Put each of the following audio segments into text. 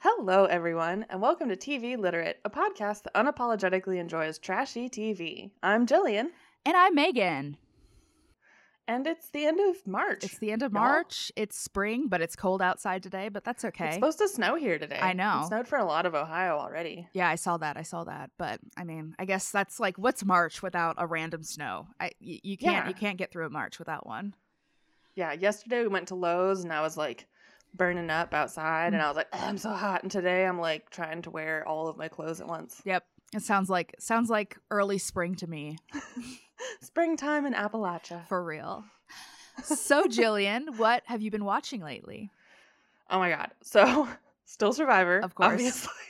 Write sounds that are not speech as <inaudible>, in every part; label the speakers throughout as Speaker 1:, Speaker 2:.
Speaker 1: Hello, everyone, and welcome to TV Literate, a podcast that unapologetically enjoys trashy TV. I'm Jillian,
Speaker 2: And I'm Megan.
Speaker 1: and it's the end of March.
Speaker 2: It's the end of
Speaker 1: Y'all.
Speaker 2: March. It's spring, but it's cold outside today, but that's
Speaker 1: It's
Speaker 2: okay.
Speaker 1: supposed to snow here today.
Speaker 2: I know.
Speaker 1: It snowed for a lot of Ohio already.
Speaker 2: yeah, I saw that. I saw that. But I mean, I guess that's like what's March without a random snow? I y- you can't
Speaker 1: Yeah.
Speaker 2: you can't get through a March without one.
Speaker 1: Yeah, yesterday we went to Lowe's, and I was like burning up outside,
Speaker 2: Mm.
Speaker 1: and I was like, "Ugh, I'm so hot. And today I'm like trying to wear all of my clothes at once.
Speaker 2: Yep. It sounds like sounds like early spring to me,
Speaker 1: Springtime in Appalachia.
Speaker 2: for real. so, Jillian, what have you been watching lately?
Speaker 1: Oh my god. So <laughs> still Survivor.
Speaker 2: Of course.
Speaker 1: Obviously. <laughs>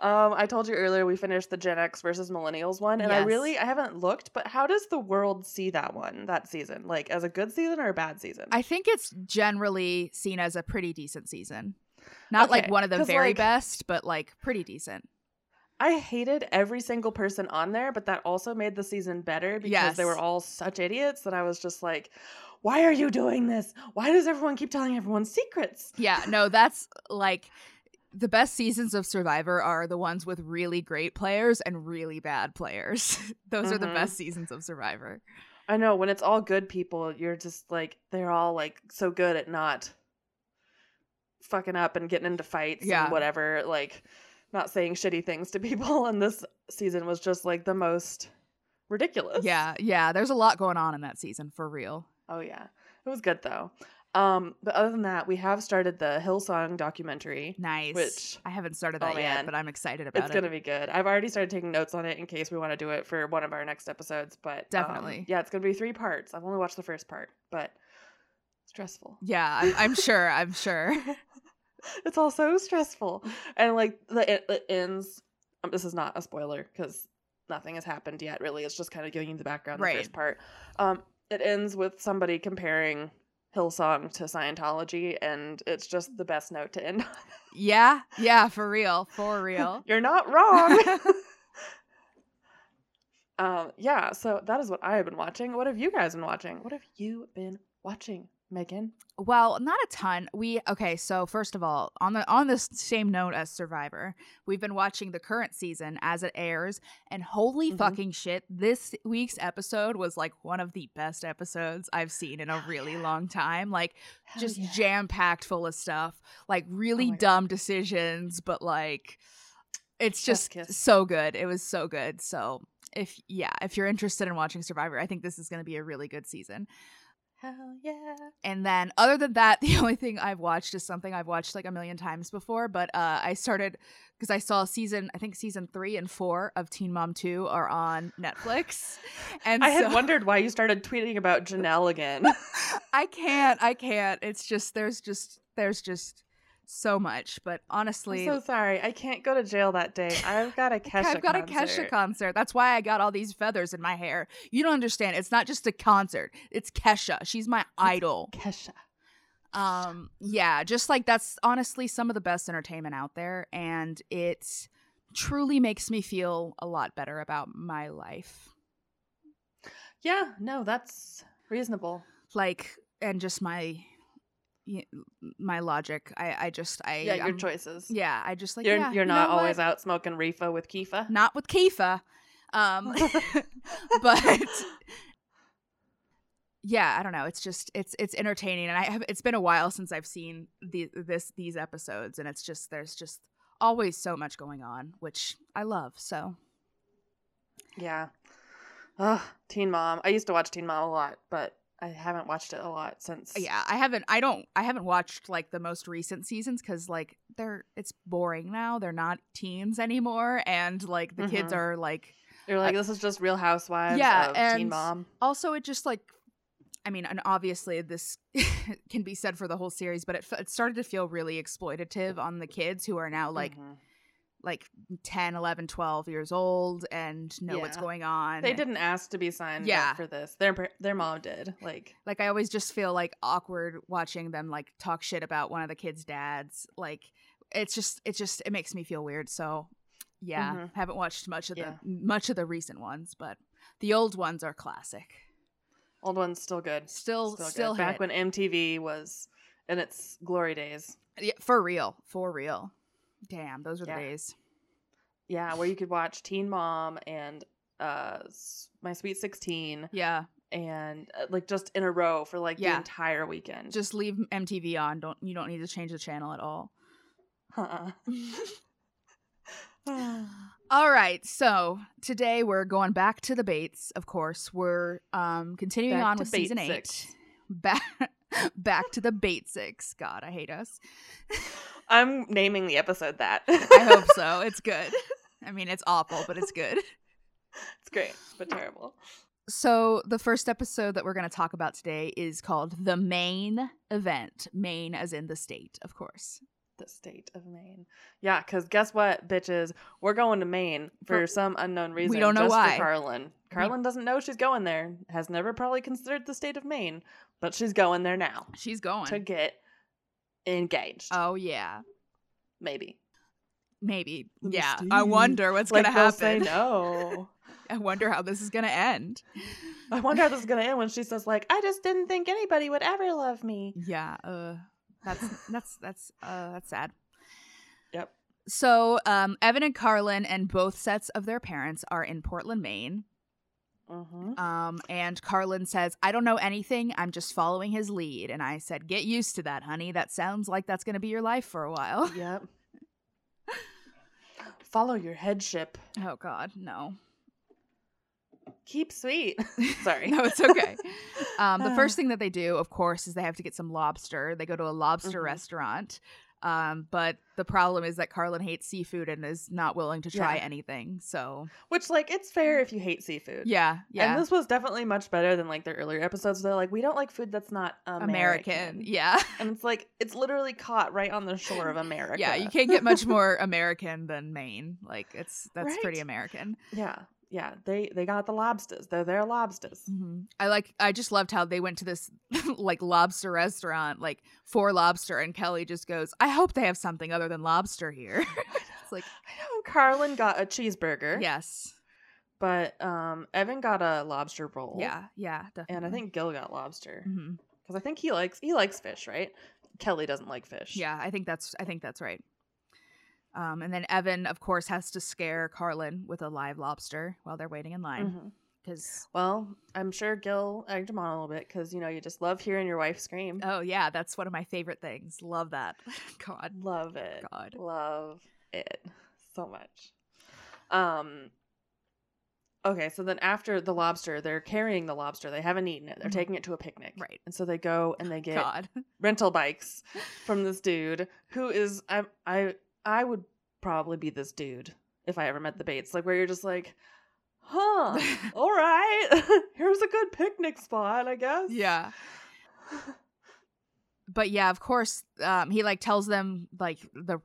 Speaker 1: Um, I told you earlier we finished the Gen X versus Millennials one, and I
Speaker 2: Yes.
Speaker 1: really I haven't looked, but how does the world see that one that season? Like as a good season or a bad season?
Speaker 2: I think it's generally seen as a pretty decent season. Not like
Speaker 1: Okay,
Speaker 2: one of the
Speaker 1: 'cause,
Speaker 2: very
Speaker 1: like-
Speaker 2: best, but like pretty decent.
Speaker 1: I hated every single person on there, but that also made the season better because they were
Speaker 2: Yes.
Speaker 1: all such idiots that I was just like, why are you doing this? Why does everyone keep telling everyone secrets?
Speaker 2: Yeah, no, that's like the best seasons of Survivor are the ones with really great players and really bad players. <laughs> Those are the
Speaker 1: Mhm.
Speaker 2: best seasons of Survivor.
Speaker 1: I know when it's all good people, you're just like they're all like so good at not fucking up and getting into fights
Speaker 2: Yeah.
Speaker 1: and whatever, like not saying shitty things to <laughs> people. And this season was just like the most ridiculous.
Speaker 2: Yeah, yeah, there's a lot going on in that season for real.
Speaker 1: Oh yeah. It was good though. Um, but other than that, we have started the Hillsong documentary.
Speaker 2: Nice.
Speaker 1: Which-
Speaker 2: I haven't started
Speaker 1: oh,
Speaker 2: that
Speaker 1: man.
Speaker 2: yet, but I'm excited about
Speaker 1: it's
Speaker 2: it.
Speaker 1: gonna be good. I've already started taking notes on it in case we want to do it for one of our next episodes. But um,
Speaker 2: Definitely.
Speaker 1: yeah, it's gonna be three parts. I've only watched the first part, but stressful.
Speaker 2: yeah, I'm, I'm sure. I'm sure. <laughs>
Speaker 1: it's all so stressful and like the it, it ends um, this is not a spoiler because nothing has happened yet really it's just kind of giving you the background the first
Speaker 2: Right.
Speaker 1: part um it ends with somebody comparing hillsong to scientology and it's just the best note to end on
Speaker 2: Yeah, yeah, for real, for real.
Speaker 1: <laughs> you're not wrong
Speaker 2: <laughs>
Speaker 1: <laughs> um yeah so that is what i have been watching what have you guys been watching what have you been watching megan
Speaker 2: Well, not a ton. We okay. So first of all, on the on this same note as Survivor, we've been watching the current season as it airs, and holy
Speaker 1: Mhm.
Speaker 2: fucking shit, this week's episode was like one of the best episodes I've seen in a
Speaker 1: Hell
Speaker 2: really
Speaker 1: Oh, yeah.
Speaker 2: long time. Like
Speaker 1: Hell
Speaker 2: just
Speaker 1: yeah. Oh
Speaker 2: jam packed full of stuff, like really
Speaker 1: my God.
Speaker 2: dumb decisions, but like it's just
Speaker 1: kiss.
Speaker 2: so good. It was so good. So if yeah, if you're interested in watching Survivor, I think this is going to be a really good season.
Speaker 1: hell yeah
Speaker 2: And then, other than that, <laughs> the only thing I've watched is something I've watched like a million times before. But uh, I started because I saw season, I think season three and four of Teen Mom Two are on
Speaker 1: <laughs>
Speaker 2: Netflix, and
Speaker 1: I had
Speaker 2: so-
Speaker 1: wondered why you started tweeting about Janelle again.
Speaker 2: <laughs> I can't, I can't. It's just there's just there's just so much. But
Speaker 1: I'm
Speaker 2: honestly,
Speaker 1: so sorry. I can't go to jail that day.
Speaker 2: <laughs>
Speaker 1: I've got a Kesha
Speaker 2: I've got a Kesha concert. That's why I got all these feathers in my hair. You don't understand. It's not just a concert. It's Kesha. She's my idol.
Speaker 1: Kesha.
Speaker 2: um yeah just like that's honestly some of the best entertainment out there and it truly makes me feel a lot better about my life
Speaker 1: Yeah, no, that's reasonable.
Speaker 2: like and just my y- my logic i i just i
Speaker 1: Yeah, your
Speaker 2: I'm-
Speaker 1: choices.
Speaker 2: yeah i just like
Speaker 1: you're
Speaker 2: yeah,
Speaker 1: you're
Speaker 2: you
Speaker 1: not
Speaker 2: know
Speaker 1: always
Speaker 2: what?
Speaker 1: out smoking reefa with Kifa.
Speaker 2: not with kifa
Speaker 1: <laughs>
Speaker 2: um <laughs> but yeah i don't know it's just it's it's entertaining and i have it's been a while since i've seen the this these episodes and it's just there's just always so much going on which i love so
Speaker 1: yeah. Ugh, Teen Mom. I used to watch Teen Mom a lot, but I haven't watched it a lot since.
Speaker 2: yeah i haven't i don't i haven't watched like the most recent seasons because like they're it's boring now they're not teens anymore and like the kids
Speaker 1: Mhm.
Speaker 2: are like
Speaker 1: You're like, this is just Real Housewives
Speaker 2: Yeah,
Speaker 1: of Teen
Speaker 2: and-
Speaker 1: Mom.
Speaker 2: also it just like i mean and obviously this <laughs> can be said for the whole series but it, f- it started to feel really exploitative on the kids who are now like
Speaker 1: Mhm.
Speaker 2: like 10 11 12 years old and know what's
Speaker 1: Yeah.
Speaker 2: going on
Speaker 1: they didn't ask to be signed
Speaker 2: Yeah.
Speaker 1: up for this. Their par- their mom did. Like,
Speaker 2: like i always just feel like awkward watching them like talk shit about one of the kids dads like it's just it just it makes me feel weird so yeah
Speaker 1: Mhm.
Speaker 2: haven't watched much of
Speaker 1: Yeah.
Speaker 2: the much of the recent ones but the old ones are classic
Speaker 1: old one's still good.
Speaker 2: still still,
Speaker 1: good. back
Speaker 2: hit.
Speaker 1: when MTV was in its glory days.
Speaker 2: Yeah, for real for real Damn, those were the
Speaker 1: Yeah.
Speaker 2: days.
Speaker 1: Yeah, where you could watch Teen Mom and uh S- My Sweet 16
Speaker 2: Yeah,
Speaker 1: and uh, like just in a row for like
Speaker 2: Yeah.
Speaker 1: the entire <laughs> weekend.
Speaker 2: just leave MTV on. Don't you don't need to change the channel at all. <laughs>
Speaker 1: Uh-uh.
Speaker 2: All right, so today we're going back to the Bates. Of course, we're um, continuing
Speaker 1: Back
Speaker 2: on
Speaker 1: to
Speaker 2: with season
Speaker 1: Bates
Speaker 2: eight. <laughs>
Speaker 1: Six.
Speaker 2: Back, <laughs> back to the Batesics. God, I hate
Speaker 1: <laughs>
Speaker 2: us.
Speaker 1: I'm naming the episode that.
Speaker 2: I hope so. It's good. I mean, it's awful, but it's
Speaker 1: <laughs>
Speaker 2: good.
Speaker 1: it's great, but terrible.
Speaker 2: So the first episode that we're going to talk about today is called the main event. Maine, as in the state, of course.
Speaker 1: The state of Maine. Yeah, because guess what, bitches? We're going to Maine for
Speaker 2: For-
Speaker 1: some unknown reason.
Speaker 2: don't know
Speaker 1: just
Speaker 2: why.
Speaker 1: For Carlin. Carlin doesn't know she's going there. Has never probably considered the state of Maine, but she's going there now
Speaker 2: She's going.
Speaker 1: to get engaged.
Speaker 2: oh yeah,
Speaker 1: Maybe.
Speaker 2: maybe.
Speaker 1: The
Speaker 2: Yeah, I
Speaker 1: mystique.
Speaker 2: wonder what's going to
Speaker 1: they'll
Speaker 2: happen.
Speaker 1: say no.
Speaker 2: <laughs> I wonder how this is going to end.
Speaker 1: I wonder how this is gonna end when she says like, "I just didn't think anybody would ever love me."
Speaker 2: Yeah, uh, that's that's that's uh, that's sad.
Speaker 1: Yep.
Speaker 2: So um, Evan and Carlin and both sets of their parents are in Portland, Maine.
Speaker 1: Mm-hmm.
Speaker 2: Um, and Carlin says, "I don't know anything. I'm just following his lead." And I said, "Get used to that, honey. That sounds like that's going to be your life for a while." <laughs>
Speaker 1: Yep. Follow your headship.
Speaker 2: Oh God, no.
Speaker 1: Keep sweet. <laughs> Sorry.
Speaker 2: No,
Speaker 1: <laughs>
Speaker 2: it's okay. Um, the
Speaker 1: Uh.
Speaker 2: first thing that they do, of course, is they have to get some lobster. They go to a lobster
Speaker 1: Mhm.
Speaker 2: restaurant. Um, but the problem is that Carlin hates seafood and is not willing to try
Speaker 1: Yeah.
Speaker 2: anything. So
Speaker 1: Which, like, it's fair if you hate seafood.
Speaker 2: yeah, yeah,
Speaker 1: And this was definitely much better than like their earlier episodes. They're like, we don't like food that's not American.
Speaker 2: American. Yeah, <laughs>
Speaker 1: And it's like it's literally caught right on the shore of America.
Speaker 2: yeah. You can't get much more American than Maine. Like it's that's pretty
Speaker 1: Right.
Speaker 2: American.
Speaker 1: <laughs> yeah, yeah. They they got the lobsters. They're their lobsters.
Speaker 2: Mhm. I like. I just loved how they went to this <laughs> like lobster restaurant, like for lobster, and Kelly just goes, "I hope they have something other than lobster here." <laughs> it's like
Speaker 1: I know Oh, Carlin got a cheeseburger.
Speaker 2: yes,
Speaker 1: But um, Evan got a lobster roll.
Speaker 2: yeah, Mm-hmm. yeah, definitely.
Speaker 1: And I think Gil got lobster because
Speaker 2: Mhm.
Speaker 1: I think he likes he likes fish, right? Kelly doesn't like fish.
Speaker 2: yeah, I think that's I think that's right. Um, and then Evan, of course, has to scare Carlin with a live lobster while they're waiting in line
Speaker 1: Mhm.
Speaker 2: because
Speaker 1: Well, I'm sure Gil egged him on a little bit because you know you just love hearing your wife scream.
Speaker 2: oh yeah, that's one of my favorite things. Love that. <laughs> God,
Speaker 1: Love it.
Speaker 2: God.
Speaker 1: Love it so much. Um Okay, so then after the lobster, they're carrying the lobster. They haven't eaten it. They're
Speaker 2: Mhm.
Speaker 1: taking it to a picnic.
Speaker 2: Right.
Speaker 1: And so they go and they get <laughs>
Speaker 2: God.
Speaker 1: rental bikes from this dude who is I I I would probably be this dude if I ever met the Bates. Like where you're just like,
Speaker 2: <laughs>
Speaker 1: "Huh. all right. <laughs> Here's a good picnic spot, I guess." <laughs>
Speaker 2: yeah. but yeah, of course, um, he like tells them like the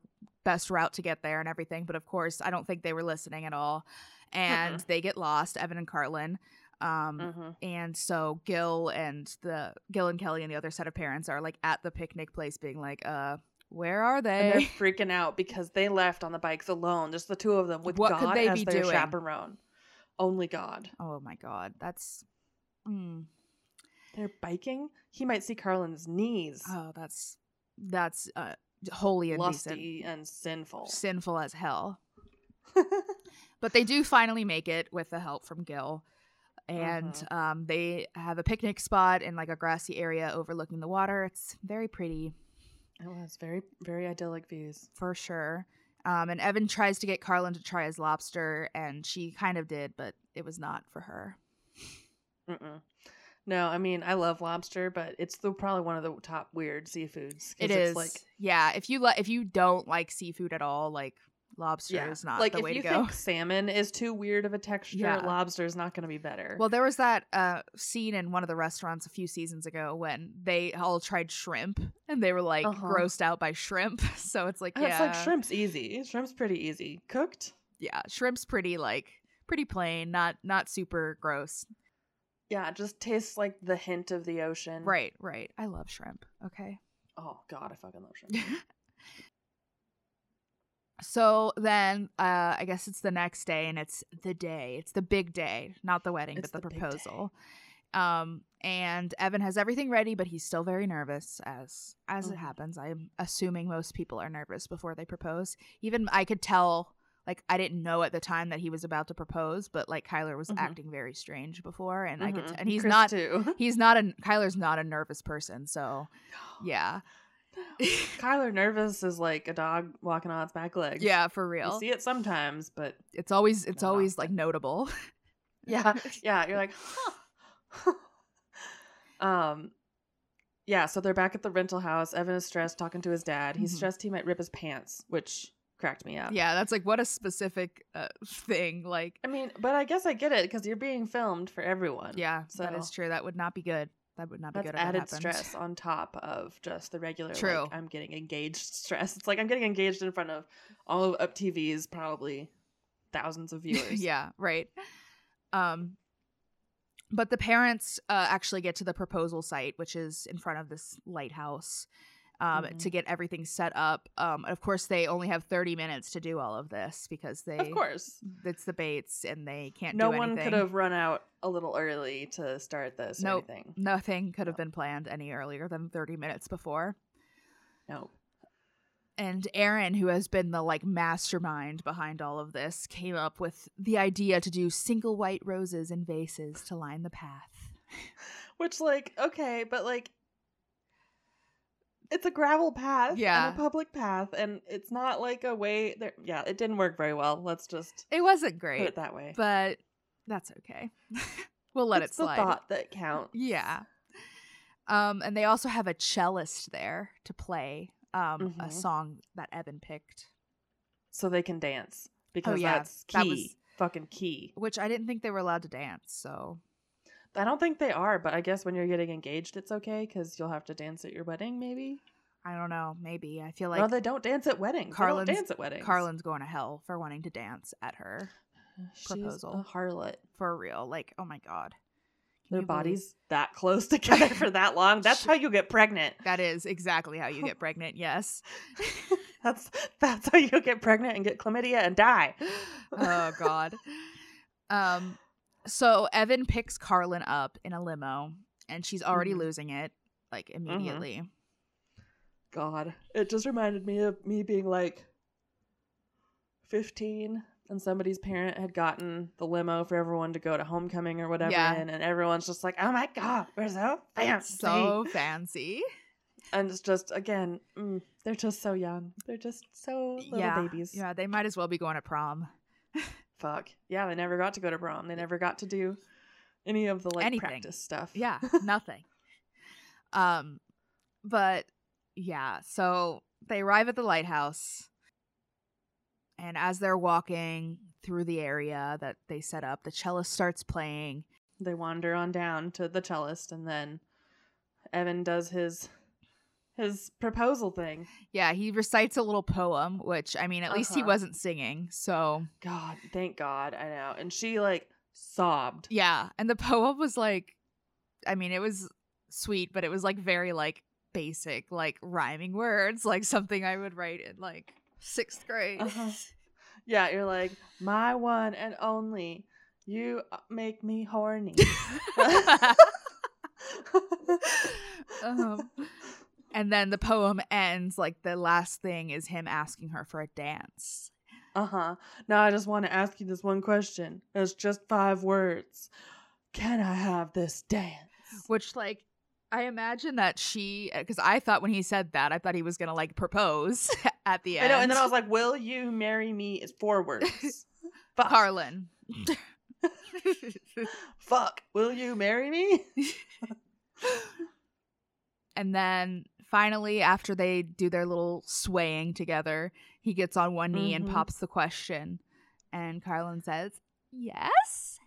Speaker 2: best route to get there and everything. But of course, I don't think they were listening at all, and they get lost, Evan and Carlin. Um,
Speaker 1: Mhm.
Speaker 2: And so Gil and the Gil and Kelly and the other set of parents are like at the picnic place, being like, "Uh, where are
Speaker 1: And <laughs> they're
Speaker 2: they?
Speaker 1: freaking out because they left on the bikes alone, just the two of them with
Speaker 2: What
Speaker 1: God
Speaker 2: could they
Speaker 1: as
Speaker 2: be
Speaker 1: their
Speaker 2: doing?
Speaker 1: chaperone. Only God.
Speaker 2: oh my god, that's." Mm,
Speaker 1: They're biking. He might see Carlin's knees,
Speaker 2: oh, that's that's uh, wholly indecent,
Speaker 1: lusty and sinful.
Speaker 2: sinful as hell.
Speaker 1: <laughs>
Speaker 2: But they do finally make it with the help from Gil. And
Speaker 1: Mhm.
Speaker 2: um, they have a picnic spot in like a grassy area overlooking the water. It's very pretty
Speaker 1: it was very, very idyllic views.
Speaker 2: for sure. Um, and Evan tries to get Carlin to try his lobster, and she kind of did, but it was not for her.
Speaker 1: Mm-mm. No, I mean I love lobster, but it's the, probably one of the top weird seafoods. 'cause
Speaker 2: It
Speaker 1: it's
Speaker 2: is
Speaker 1: like
Speaker 2: yeah. If you li- if you don't like seafood at all, like lobster
Speaker 1: yeah,
Speaker 2: is not
Speaker 1: like
Speaker 2: the
Speaker 1: if
Speaker 2: way
Speaker 1: you
Speaker 2: to go.
Speaker 1: think salmon is too weird of a texture,
Speaker 2: Yeah.
Speaker 1: lobster is not going to be better.
Speaker 2: <laughs> Well, there was that uh, scene in one of the restaurants a few seasons ago when they all tried shrimp and they were like
Speaker 1: Uh-huh.
Speaker 2: grossed out by shrimp. <laughs> So it's like,
Speaker 1: And
Speaker 2: yeah,
Speaker 1: it's like shrimp's easy. Shrimp's pretty easy cooked.
Speaker 2: yeah, shrimp's pretty like pretty plain, not not super gross.
Speaker 1: Yeah, it just tastes like the hint of the ocean.
Speaker 2: Right, right. I love shrimp. Okay.
Speaker 1: Oh god, I fucking love shrimp.
Speaker 2: so then, uh, I guess it's the next day, and it's the day. It's the big day, not the wedding,
Speaker 1: It's
Speaker 2: but the,
Speaker 1: the big day.
Speaker 2: proposal. Um, and Evan has everything ready, but he's still very nervous. As as it
Speaker 1: Mhm.
Speaker 2: happens, I'm assuming most people are nervous before they propose. Even I could tell, like I didn't know at the time that he was about to propose, but like Kyler was
Speaker 1: Mhm.
Speaker 2: acting very strange before, <laughs> and I could,
Speaker 1: Mhm.
Speaker 2: t- and he's
Speaker 1: Chris,
Speaker 2: not.
Speaker 1: too.
Speaker 2: He's not a Kyler's not a nervous person, so yeah,
Speaker 1: <sighs> Kyler nervous is like a dog walking on its back legs.
Speaker 2: yeah, for
Speaker 1: You
Speaker 2: real.
Speaker 1: see it sometimes, but
Speaker 2: It's always it's
Speaker 1: Not
Speaker 2: always like notable.
Speaker 1: <laughs>
Speaker 2: <laughs>
Speaker 1: yeah, yeah, you're like, huh. <laughs> um, yeah. So they're back at the rental house. Evan is stressed, talking to his dad. He's
Speaker 2: Mhm.
Speaker 1: stressed he might rip his pants, which cracked me up.
Speaker 2: yeah, that's like what a specific uh, <laughs> thing. Like,
Speaker 1: I mean, but I guess I get it because you're being filmed for everyone.
Speaker 2: yeah, that is
Speaker 1: So-
Speaker 2: true. That would not be good. That would not be
Speaker 1: That's
Speaker 2: good. if that
Speaker 1: added
Speaker 2: happened.
Speaker 1: stress on top of just the regular. like,
Speaker 2: True.
Speaker 1: I'm getting engaged <laughs> stress. It's like I'm getting engaged in front of all of Up TV's probably thousands
Speaker 2: <laughs>
Speaker 1: of viewers.
Speaker 2: yeah, right. Um, but the parents uh, actually get to the proposal site, which is in front of this lighthouse, um,
Speaker 1: Mhm.
Speaker 2: to get everything set up. Um, and of course, they only have thirty minutes to do all of this because they,
Speaker 1: Of course.
Speaker 2: it's the Bates, and they can't.
Speaker 1: no
Speaker 2: do
Speaker 1: one
Speaker 2: anything.
Speaker 1: could have run out a little early to start this
Speaker 2: Nope.
Speaker 1: or anything.
Speaker 2: Nothing could have been planned any earlier than thirty minutes before.
Speaker 1: No.
Speaker 2: and Aaron, who has been the like mastermind behind all of this, came up with the idea to do single white roses in vases to line the path.
Speaker 1: Which like, okay, but like it's a gravel path
Speaker 2: Yeah.
Speaker 1: and a public path and it's not like a way there yeah, it didn't work very well. Let's just
Speaker 2: It wasn't
Speaker 1: put
Speaker 2: great,
Speaker 1: it that way.
Speaker 2: but that's okay. <laughs> we'll let
Speaker 1: it's
Speaker 2: it
Speaker 1: the
Speaker 2: slide.
Speaker 1: thought that counts.
Speaker 2: Yeah. Um, and they also have a cellist there to play um, a
Speaker 1: Mhm.
Speaker 2: song that Evan picked,
Speaker 1: So they can dance. Because
Speaker 2: yeah,
Speaker 1: that's key.
Speaker 2: that was-
Speaker 1: Fucking key.
Speaker 2: which I didn't think they were allowed to dance. So
Speaker 1: I don't think they are, but I guess when you're getting engaged, it's okay because you'll have to dance at your wedding, maybe.
Speaker 2: I don't know. Maybe I feel
Speaker 1: Well, no,
Speaker 2: like
Speaker 1: they don't dance at weddings.
Speaker 2: Carlin's-
Speaker 1: they don't dance at weddings.
Speaker 2: Carlin's going to hell for wanting to dance at her
Speaker 1: She's
Speaker 2: proposal.
Speaker 1: a harlot.
Speaker 2: for real. Like, oh my god. Can
Speaker 1: Their
Speaker 2: you believe-
Speaker 1: bodies that close <laughs> together for that long. That's
Speaker 2: Sh-
Speaker 1: how you get <laughs> pregnant.
Speaker 2: That is exactly how you get pregnant.
Speaker 1: <laughs>
Speaker 2: Yes.
Speaker 1: That's that's how you get pregnant and get chlamydia and die.
Speaker 2: oh god. Um so Evan picks Carlin up in a limo and she's already
Speaker 1: Mhm.
Speaker 2: losing it like
Speaker 1: Mm-hmm.
Speaker 2: immediately.
Speaker 1: God, it just reminded me of me being like 15 and somebody's parent had gotten the limo for everyone to go to homecoming or whatever
Speaker 2: Yeah.
Speaker 1: in, and everyone's just like, "Oh my god, we're so fancy."
Speaker 2: So fancy.
Speaker 1: and it's just again, mm, they're just so young. They're just so little
Speaker 2: yeah.
Speaker 1: babies.
Speaker 2: Yeah, they might as well be going to prom.
Speaker 1: Fuck. Yeah, they never got to go to prom. They never got to do any of the like
Speaker 2: Anything.
Speaker 1: practice stuff. <laughs>
Speaker 2: Yeah, nothing. um but yeah, so they arrive at the lighthouse and as they're walking through the area that they set up, the cellist starts playing
Speaker 1: They wander on down to the cellist and then Evan does his his proposal thing.
Speaker 2: Yeah, he recites a little poem, which I mean, at least he
Speaker 1: Uh-huh.
Speaker 2: wasn't singing. So,
Speaker 1: God, thank God, I know. And she like sobbed.
Speaker 2: yeah. And the <laughs> poem was like, I mean, it was sweet, but it was like very like basic, like rhyming words, like something I would write in like sixth grade. <laughs>
Speaker 1: Uh-huh. <laughs> Yeah, you're like, my one and only. You uh, make me horny. <laughs>
Speaker 2: Um, and then the poem ends like the last thing is him asking her for a dance.
Speaker 1: Uh huh. Now I just want to ask you this one question. It's just five words. Can I have this dance?
Speaker 2: which like I imagine that she because I thought when he said that I thought he was gonna like propose <laughs> at the
Speaker 1: I
Speaker 2: end.
Speaker 1: know. And then I was like, "Will you marry me?" Is four words. Fuck.
Speaker 2: Carlin. <laughs>
Speaker 1: Fuck. Will you marry me? <laughs>
Speaker 2: and then finally, after they do their little swaying together, he gets on one knee
Speaker 1: Mhm.
Speaker 2: and pops the question, and Carlin says yes,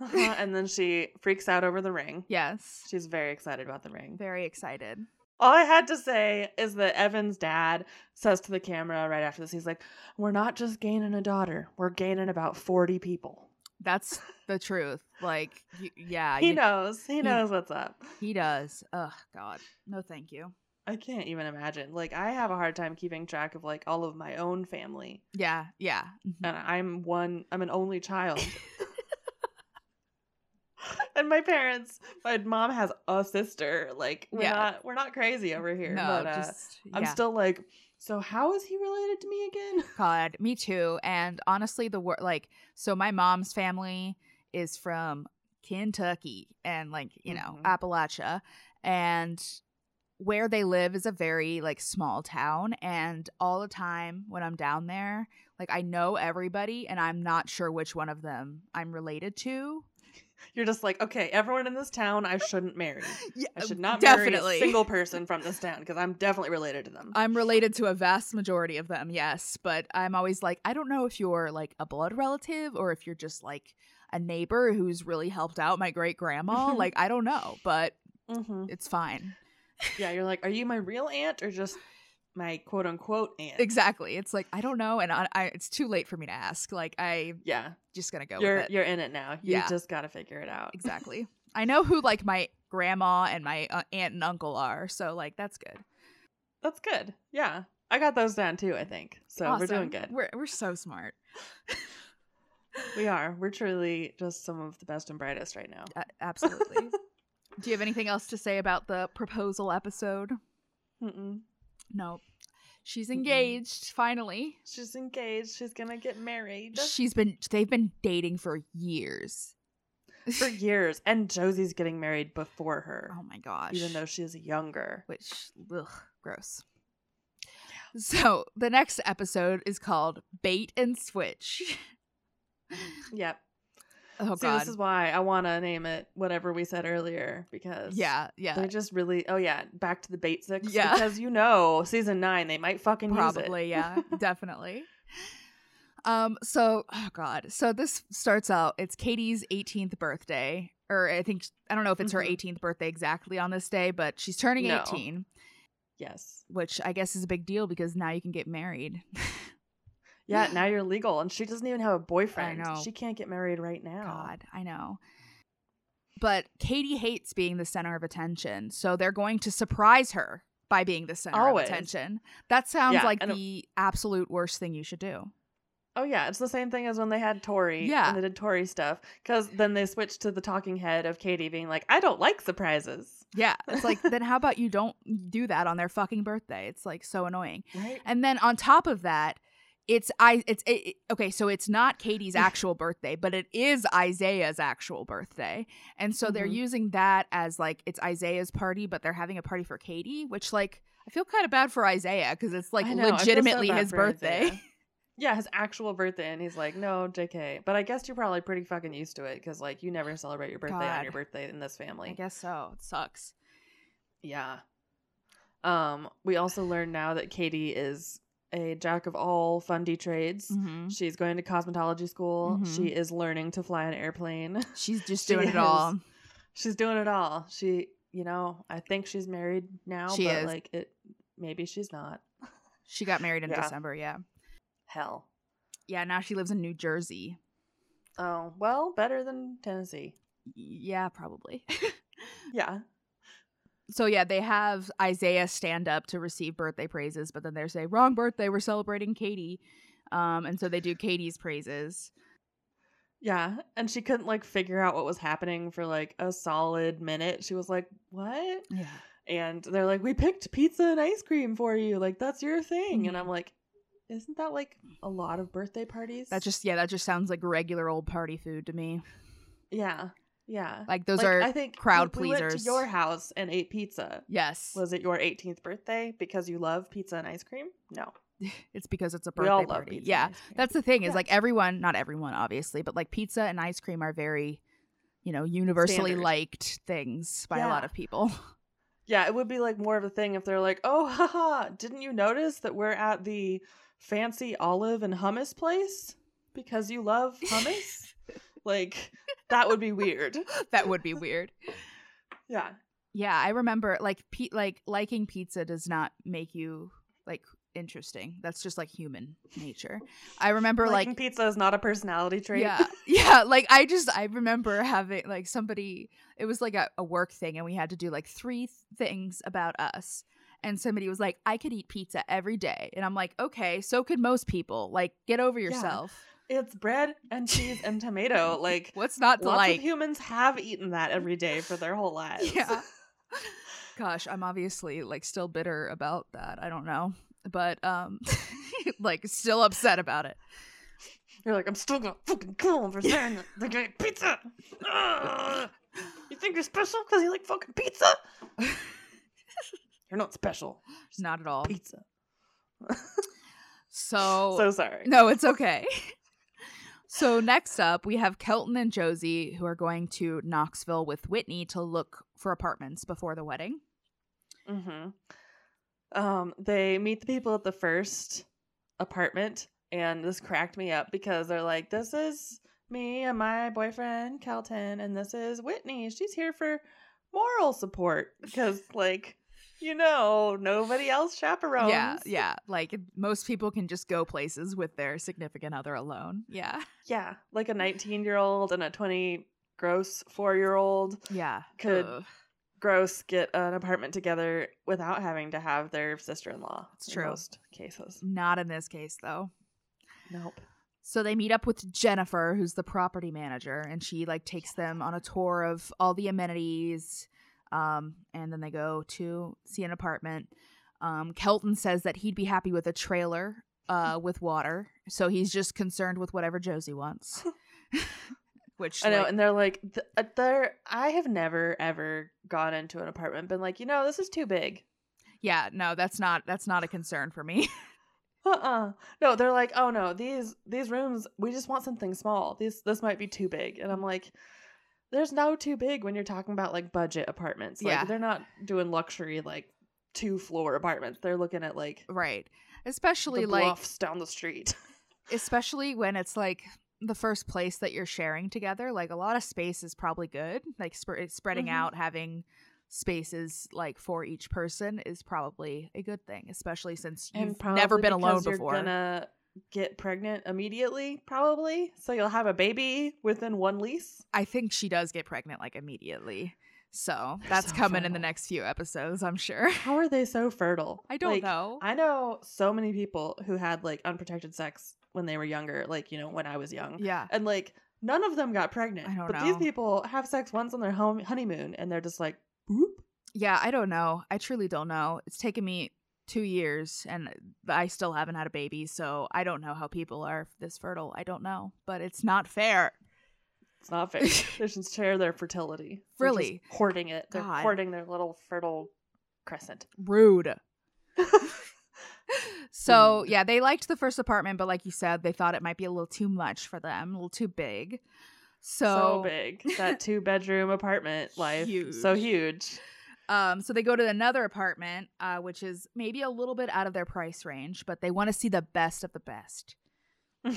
Speaker 1: Uh-huh, and then she freaks out over the ring.
Speaker 2: yes.
Speaker 1: She's very excited about the ring.
Speaker 2: Very excited.
Speaker 1: All I had to say is that Evan's dad says to the camera right after this, he's like, "We're not just gaining a daughter. We're gaining about forty people."
Speaker 2: That's the truth. Like, y- yeah,
Speaker 1: He
Speaker 2: you-
Speaker 1: knows. He
Speaker 2: you-
Speaker 1: knows what's up.
Speaker 2: he does. Oh God, no, thank you.
Speaker 1: I can't even imagine. Like I have a hard time keeping track of like all of my own family.
Speaker 2: Yeah, yeah.
Speaker 1: Oh,
Speaker 2: mm-hmm. <laughs>
Speaker 1: And I'm one I'm an only child. <laughs> and my parents, my mom has a sister. Like we're
Speaker 2: Yeah.
Speaker 1: not we're not crazy over here.
Speaker 2: no,
Speaker 1: but, uh,
Speaker 2: just
Speaker 1: I'm
Speaker 2: yeah.
Speaker 1: still like, so how is he related to me again?
Speaker 2: God, me too. And honestly, the wor- like, so my mom's family is from Kentucky and like you know
Speaker 1: Mhm.
Speaker 2: Appalachia, and where they live is a very like small town. And all the time when I'm down there, like I know everybody, and I'm not sure which one of them I'm related to.
Speaker 1: You're just like, okay, everyone in this town, I shouldn't marry.
Speaker 2: Yeah,
Speaker 1: I should not marry
Speaker 2: Uh, definitely.
Speaker 1: a
Speaker 2: <laughs>
Speaker 1: single person from this town because I'm definitely related to them.
Speaker 2: I'm related to a vast majority of them, yes, but I'm always like, I don't know if you're like a blood relative or if you're just like a neighbor who's really helped out my great <laughs> grandma. like, I don't know, but
Speaker 1: hmm
Speaker 2: it's fine.
Speaker 1: Yeah, you're like, are you my real aunt or just my quote unquote aunt?
Speaker 2: Exactly. It's like, I don't know. And I, I, it's too late for me to ask. Like, I'm
Speaker 1: Yeah,
Speaker 2: just going to go
Speaker 1: you're
Speaker 2: with
Speaker 1: <laughs>
Speaker 2: it.
Speaker 1: you're in it now. You
Speaker 2: Yeah.
Speaker 1: just got to figure it out.
Speaker 2: exactly. I know who like my grandma and my uh, aunt and uncle are. So, like, that's good.
Speaker 1: That's good. Yeah, I got those down too. I think so. We're doing
Speaker 2: Awesome.
Speaker 1: good.
Speaker 2: We're, we're so smart.
Speaker 1: We are. We're truly just some of the best and brightest right now.
Speaker 2: A- absolutely. Do you have anything else to say about the proposal episode?
Speaker 1: Mm-mm.
Speaker 2: No. She's
Speaker 1: Mm-mm.
Speaker 2: engaged finally.
Speaker 1: She's engaged. She's gonna get married
Speaker 2: She's been they've been dating for years.
Speaker 1: for years, and Josie's getting married before her,
Speaker 2: Oh my gosh.
Speaker 1: even though she is younger.
Speaker 2: which ugh, gross. So, the next episode is called Bait and Switch. <laughs>
Speaker 1: Yep.
Speaker 2: Oh
Speaker 1: See,
Speaker 2: god.
Speaker 1: this is why I want to name it whatever we said earlier because
Speaker 2: yeah, yeah.
Speaker 1: They just really, oh yeah, back to the bait six.
Speaker 2: Yeah.
Speaker 1: Because you know, season nine, they might fucking use
Speaker 2: Probably, yeah. Definitely. Um so, oh god. So this starts out it's Katie's 18th birthday or I think I don't know if it's
Speaker 1: Mhm.
Speaker 2: her 18th birthday exactly on this day, but she's turning
Speaker 1: No.
Speaker 2: 18.
Speaker 1: it. <laughs> Yes.
Speaker 2: which I guess is a big deal because now you can get married.
Speaker 1: Yeah, now you're legal. And she doesn't even have a boyfriend.
Speaker 2: know.
Speaker 1: She can't get married right now.
Speaker 2: God, I know. But Katie hates being the center of attention, so they're going to surprise her by being the center
Speaker 1: Always.
Speaker 2: of attention. That sounds
Speaker 1: Yeah,
Speaker 2: like
Speaker 1: and-
Speaker 2: the absolute worst thing you should do.
Speaker 1: Oh, yeah. It's the same thing as when they had Tori.
Speaker 2: Yeah.
Speaker 1: And they did Tori stuff. Because then they switched to the talking head of Katie being like, I don't like surprises.
Speaker 2: Yeah, it's like then how about you don't do that on their fucking birthday? It's like so annoying.
Speaker 1: Right?
Speaker 2: And then on top of that, it's I it's it, it- okay, so it's
Speaker 1: <laughs>
Speaker 2: not Katie's actual birthday, but it is Isaiah's actual birthday. And so they're
Speaker 1: Mhm.
Speaker 2: using that as like it's Isaiah's party, but they're having a party for Katie, which like I feel kind of bad for Isaiah cuz it's like
Speaker 1: I know, I feel so
Speaker 2: legitimately
Speaker 1: bad
Speaker 2: his
Speaker 1: for
Speaker 2: birthday.
Speaker 1: Isaiah. Yeah, his actual birthday. And he's like, no, JK. But I guess you're probably pretty fucking used to it because, like, you never celebrate your birthday
Speaker 2: God.
Speaker 1: on your birthday in this family.
Speaker 2: I guess so. It sucks.
Speaker 1: Yeah. Um, we also learn now that Katie is a jack of all fundy trades.
Speaker 2: Mm-hmm.
Speaker 1: She's going to cosmetology school.
Speaker 2: Mhm.
Speaker 1: She is learning to fly an airplane. <laughs>
Speaker 2: She's just
Speaker 1: She
Speaker 2: doing
Speaker 1: is.
Speaker 2: it all.
Speaker 1: she's doing it all. She, you know, I think she's married now,
Speaker 2: She
Speaker 1: but
Speaker 2: is.
Speaker 1: like it maybe she's not.
Speaker 2: She got married in
Speaker 1: Yeah.
Speaker 2: December, yeah.
Speaker 1: Hell.
Speaker 2: Yeah, now she lives in New Jersey.
Speaker 1: Oh, well, better than Tennessee.
Speaker 2: Yeah, probably.
Speaker 1: Yeah.
Speaker 2: so yeah, they have Isaiah stand up to receive birthday praises, but then they say, "Wrong birthday, we're celebrating Katie," um, and so they do Katie's praises.
Speaker 1: Yeah. And she couldn't like figure out what was happening for like a solid minute. She was like, What?
Speaker 2: Yeah,
Speaker 1: and they're like, "We picked pizza and ice cream for you. Like that's your thing." And
Speaker 2: Mhm.
Speaker 1: I'm like, "Isn't that like a lot of birthday parties?"
Speaker 2: that just yeah, that just sounds like regular old party food to me.
Speaker 1: yeah, yeah.
Speaker 2: Like those
Speaker 1: Like,
Speaker 2: are
Speaker 1: I think
Speaker 2: crowd
Speaker 1: we- we went to
Speaker 2: pleasers.
Speaker 1: your house and ate pizza.
Speaker 2: yes,
Speaker 1: Was it your 18th birthday because you love pizza and ice cream? No,
Speaker 2: <laughs> it's because it's a
Speaker 1: we
Speaker 2: birthday
Speaker 1: all love
Speaker 2: party.
Speaker 1: pizza.
Speaker 2: Yeah,
Speaker 1: and ice cream.
Speaker 2: that's the thing is
Speaker 1: Yeah.
Speaker 2: like everyone, not everyone obviously, but like pizza and ice cream are very, you know, universally
Speaker 1: Standard.
Speaker 2: liked things by a lot
Speaker 1: Yeah.
Speaker 2: of people. <laughs>
Speaker 1: yeah. It would be like more of a thing if they're like, "Oh, <laughs> haha! Didn't you notice that we're at the fancy olive and hummus place because you love hummus?"
Speaker 2: <laughs>
Speaker 1: like that would be weird.
Speaker 2: that would be weird. <laughs>
Speaker 1: Yeah.
Speaker 2: Yeah, I remember like pe- like liking pizza does not make you like interesting. That's just like human nature. I remember
Speaker 1: Liking
Speaker 2: like
Speaker 1: pizza is not a personality trait.
Speaker 2: yeah, <laughs> yeah. Like I just I remember having like somebody. It was like a, a work thing, and we had to do like three things about us. And somebody was like, "I could eat pizza every day," and I'm like, "Okay, so could most people. Like, get over yourself."
Speaker 1: it's bread and cheese and
Speaker 2: <laughs>
Speaker 1: tomato. Like
Speaker 2: What's not to
Speaker 1: lots
Speaker 2: like?
Speaker 1: of humans have eaten that every day for their
Speaker 2: <laughs>
Speaker 1: whole lives.
Speaker 2: Yeah. Gosh, I'm obviously like still bitter about that. I don't know. But um <laughs> like still upset about it.
Speaker 1: You're like, I'm still gonna fucking kill them for saying that they're gonna eat pizza. Ugh. You think you're special because you like fucking pizza? you're not special.
Speaker 2: Not at all.
Speaker 1: Pizza.
Speaker 2: So,
Speaker 1: So sorry.
Speaker 2: <laughs> no, it's okay. <laughs> so next up, we have Kelton and Josie who are going to Knoxville with Whitney to look for apartments before the wedding.
Speaker 1: hmm Um, they meet the people at the first apartment, and this cracked me up because they're like, "This is me and my boyfriend Kelton, and this is Whitney. She's here for moral support because, like, you know, nobody else chaperones.
Speaker 2: Yeah, yeah. Like most people can just go places with their significant other alone. Yeah.
Speaker 1: yeah. Like a nineteen-year-old and a twenty gross four-year-old
Speaker 2: Yeah.
Speaker 1: could
Speaker 2: Ugh.
Speaker 1: gross get an apartment together without having to have their sister-in-law.
Speaker 2: It's
Speaker 1: in
Speaker 2: true.
Speaker 1: Most cases,
Speaker 2: Not in this case though.
Speaker 1: nope.
Speaker 2: So they meet up with Jennifer, who's the property manager, and she like takes them on a tour of all the amenities. Um, and then they go to see an apartment. Um, Kelton says that he'd be happy with a trailer
Speaker 1: <laughs>
Speaker 2: uh, with water, so he's just concerned with whatever
Speaker 1: <laughs>
Speaker 2: Josie wants. <laughs> Which
Speaker 1: I know,
Speaker 2: like,
Speaker 1: and they're like, th- uh, they're. I have never ever gone into an apartment, been like, you know, this is too big.
Speaker 2: yeah, no, that's not that's not a concern for me. <laughs>
Speaker 1: Uh uh No, they're like, oh no, these these rooms, we just want something small. These this might be too big, and I'm like, there's no too big when you're talking about like budget apartments. Like,
Speaker 2: Yeah.
Speaker 1: they're not doing luxury like two floor apartments. They're looking at like
Speaker 2: right. Especially
Speaker 1: the
Speaker 2: like
Speaker 1: bluffs down the street.
Speaker 2: especially when it's like the first place that you're sharing together like a lot of space is probably good like sp- spreading
Speaker 1: Mhm.
Speaker 2: out having spaces like for each person is probably a good thing especially since <laughs> you've never
Speaker 1: probably
Speaker 2: been alone
Speaker 1: because
Speaker 2: before
Speaker 1: You're gonna get pregnant immediately, probably. So you'll have a baby within one lease.
Speaker 2: i think she does get pregnant like immediately so
Speaker 1: They're
Speaker 2: that's
Speaker 1: so
Speaker 2: coming in the
Speaker 1: fertile.
Speaker 2: next few episodes i'm sure <laughs>
Speaker 1: How are they so fertile?
Speaker 2: i don't
Speaker 1: Like,
Speaker 2: know
Speaker 1: I know so many people who had like unprotected sex when they were younger, like, you know, when I was young.
Speaker 2: yeah
Speaker 1: And like none of them got pregnant.
Speaker 2: I don't
Speaker 1: but these
Speaker 2: know.
Speaker 1: people have sex once on their home honeymoon and they're just like, boop.
Speaker 2: yeah i don't know i truly don't know it's taken me two years and i still haven't had a baby so i don't know how people are this fertile i don't know but it's not fair
Speaker 1: It's not
Speaker 2: <laughs>
Speaker 1: fair. they should share their fertility. They're just
Speaker 2: Really?
Speaker 1: hoarding it. They're
Speaker 2: God.
Speaker 1: hoarding their little fertile crescent.
Speaker 2: rude <laughs> so
Speaker 1: Rude.
Speaker 2: yeah they liked the first apartment but like you said they thought it might be a little too much for them a little too big so,
Speaker 1: so
Speaker 2: <laughs>
Speaker 1: big. That two bedroom apartment life. So huge.
Speaker 2: um so they go to another apartment uh which is maybe a little bit out of their price range but they want to see the best of the best
Speaker 1: <laughs>
Speaker 2: <laughs>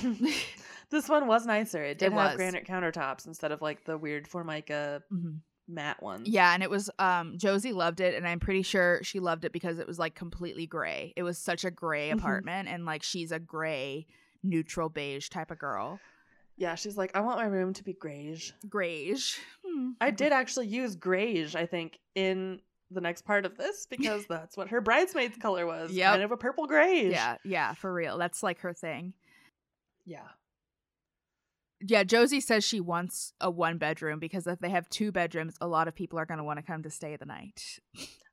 Speaker 1: this one was nicer. It did
Speaker 2: It
Speaker 1: have
Speaker 2: was.
Speaker 1: granite countertops instead of like the weird formica
Speaker 2: Mm-hmm.
Speaker 1: matte one.
Speaker 2: yeah and it was um josie loved it and i'm pretty sure she loved it because it was like completely gray it was such a gray
Speaker 1: Mhm.
Speaker 2: apartment and like she's a gray neutral beige type of girl
Speaker 1: Yeah, she's like, I want my room to be grayish.
Speaker 2: grayish Hmm.
Speaker 1: I did actually use grayish, I think, in the next part of this
Speaker 2: <laughs>
Speaker 1: because that's what her bridesmaid's color was.
Speaker 2: Yep.
Speaker 1: Kind of a purple grayish.
Speaker 2: yeah yeah for real that's like her thing
Speaker 1: Yeah.
Speaker 2: yeah, Josie says she wants a one bedroom because if they have two bedrooms, a lot of people are going to want to come to stay the night.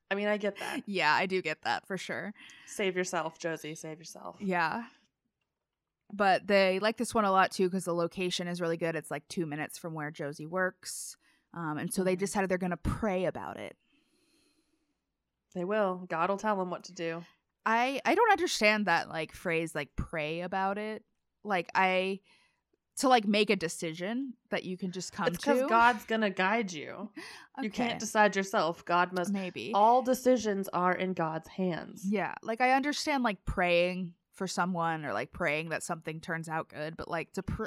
Speaker 1: I mean, I get that.
Speaker 2: Yeah, I do get that for sure.
Speaker 1: Save yourself, Josie. Save yourself.
Speaker 2: Yeah. But they like this one a lot too because the location is really good. It's like two minutes from where Josie works. Um, and so they
Speaker 1: Mhm.
Speaker 2: decided they're going to pray about it.
Speaker 1: They will. God will tell them what to do.
Speaker 2: I I don't understand that like phrase like pray about it. Like I to like make a decision that you can just come
Speaker 1: it's because
Speaker 2: to.
Speaker 1: God's going to guide
Speaker 2: <laughs>
Speaker 1: you. You
Speaker 2: Okay,
Speaker 1: can't decide yourself. God must.
Speaker 2: maybe
Speaker 1: All decisions are in God's hands.
Speaker 2: Yeah, like I understand like praying for someone or like praying that something turns out good, but like to pr-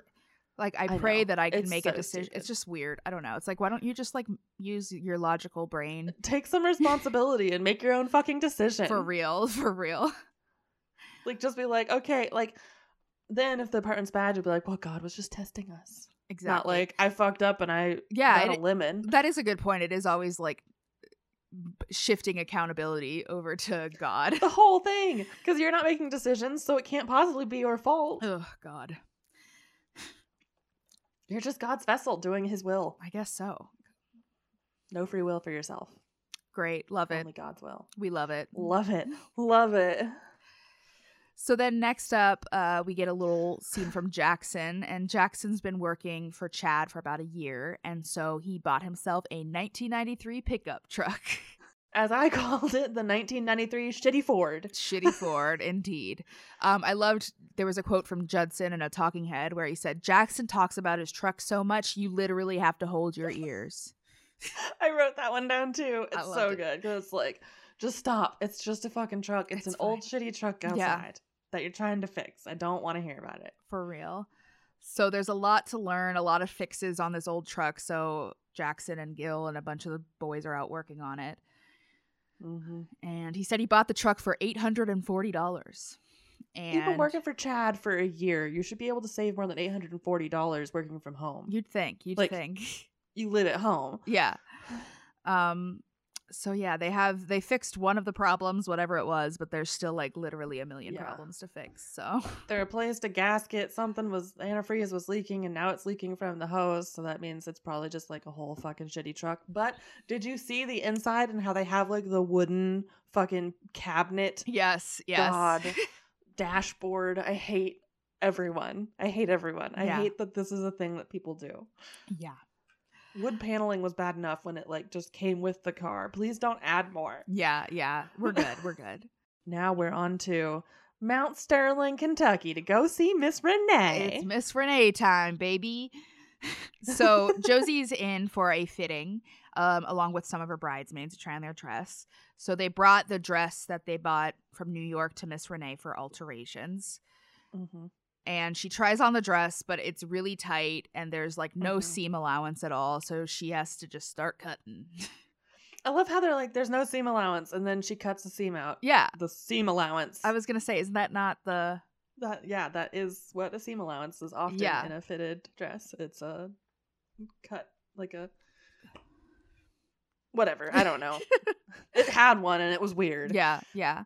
Speaker 2: like I
Speaker 1: I
Speaker 2: pray
Speaker 1: know.
Speaker 2: that I can
Speaker 1: It's
Speaker 2: make a
Speaker 1: so
Speaker 2: decision.
Speaker 1: stupid.
Speaker 2: It's just weird. I don't know. It's like why don't you just like m- use your logical brain
Speaker 1: Take some responsibility and make your own fucking decision.
Speaker 2: for real, <laughs> for real.
Speaker 1: Like, just be like, okay, like, then if the apartment's bad, you'll be like, well, God was just testing us.
Speaker 2: Exactly.
Speaker 1: Not like I fucked up and I
Speaker 2: yeah,
Speaker 1: got
Speaker 2: it-
Speaker 1: a lemon.
Speaker 2: that is a good point. It is always like b- shifting accountability over to God.
Speaker 1: <laughs> the whole thing because you're not making decisions, so it can't possibly be your fault.
Speaker 2: Oh God.
Speaker 1: You're just God's vessel doing his will.
Speaker 2: I guess so.
Speaker 1: No free will for yourself.
Speaker 2: Great. Love it.
Speaker 1: Only God's will.
Speaker 2: We love it.
Speaker 1: Love it. Love it.
Speaker 2: So then next up, uh, we get a little scene from Jackson, and Jackson's been working for Chad for about a year, and so he bought himself a 1993 pickup truck. <laughs>
Speaker 1: As I <laughs> called it, the 1993 shitty Ford.
Speaker 2: Shitty Ford, indeed. Um, I loved there was a quote from Judson in a talking head where he said, Jackson talks about his truck so much you literally have to hold your ears.
Speaker 1: I wrote that one down too.
Speaker 2: I
Speaker 1: It's
Speaker 2: loved
Speaker 1: so
Speaker 2: it.
Speaker 1: good because it's like, just stop. It's just a fucking truck. It's,
Speaker 2: It's
Speaker 1: an old shitty truck
Speaker 2: Yeah.
Speaker 1: outside that you're trying to fix. I don't want to hear about it.
Speaker 2: For real. So there's a lot to learn, a lot of fixes on this old truck. So Jackson and Gil and a bunch of the boys are out working on it.
Speaker 1: Mm-hmm.
Speaker 2: And he said he bought the truck for eight hundred and forty dollars.
Speaker 1: You've been
Speaker 2: And
Speaker 1: working for Chad for a year. You should be able to save more than eight hundred and forty dollars working from home.
Speaker 2: you'd think, you'd
Speaker 1: Like- <sighs>
Speaker 2: think, <laughs>
Speaker 1: You live at home.
Speaker 2: yeah. Um. So yeah, they have they fixed one of the problems, whatever it was, but there's still like literally a million
Speaker 1: Yeah.
Speaker 2: problems to fix. So <laughs>
Speaker 1: They replaced a gasket. Something was antifreeze was leaking, and now it's leaking from the hose. So that means it's probably just like a whole fucking shitty truck. But did you see the inside and how they have like the wooden fucking cabinet
Speaker 2: yes, yes, <laughs>
Speaker 1: God. dashboard? I hate everyone. I hate everyone. I
Speaker 2: Yeah.
Speaker 1: hate that this is a thing that people do.
Speaker 2: yeah,
Speaker 1: Wood paneling was bad enough when it like just came with the car. Please don't add more.
Speaker 2: yeah, yeah. We're good. We're good.
Speaker 1: Now we're on to Mount Sterling, Kentucky to go see Miss Renee.
Speaker 2: It's Miss Renee time, baby. <laughs> so Josie's in for a fitting, um, along with some of her bridesmaids to try on their dress. So they brought the dress that they bought from New York to Miss Renee for alterations.
Speaker 1: mm-hmm.
Speaker 2: And she tries on the dress, but it's really tight and there's like no
Speaker 1: Mhm.
Speaker 2: seam allowance at all. So she has to just start cutting. <laughs>
Speaker 1: I love how they're like, there's no seam allowance, and then she cuts the seam out.
Speaker 2: yeah.
Speaker 1: The seam allowance.
Speaker 2: I was going to say, isn't that not the.
Speaker 1: that yeah, that is what a seam allowance is often
Speaker 2: Yeah.
Speaker 1: in a fitted dress. It's a cut like a whatever. I don't
Speaker 2: <laughs>
Speaker 1: know. it had one and it was weird.
Speaker 2: Yeah, yeah.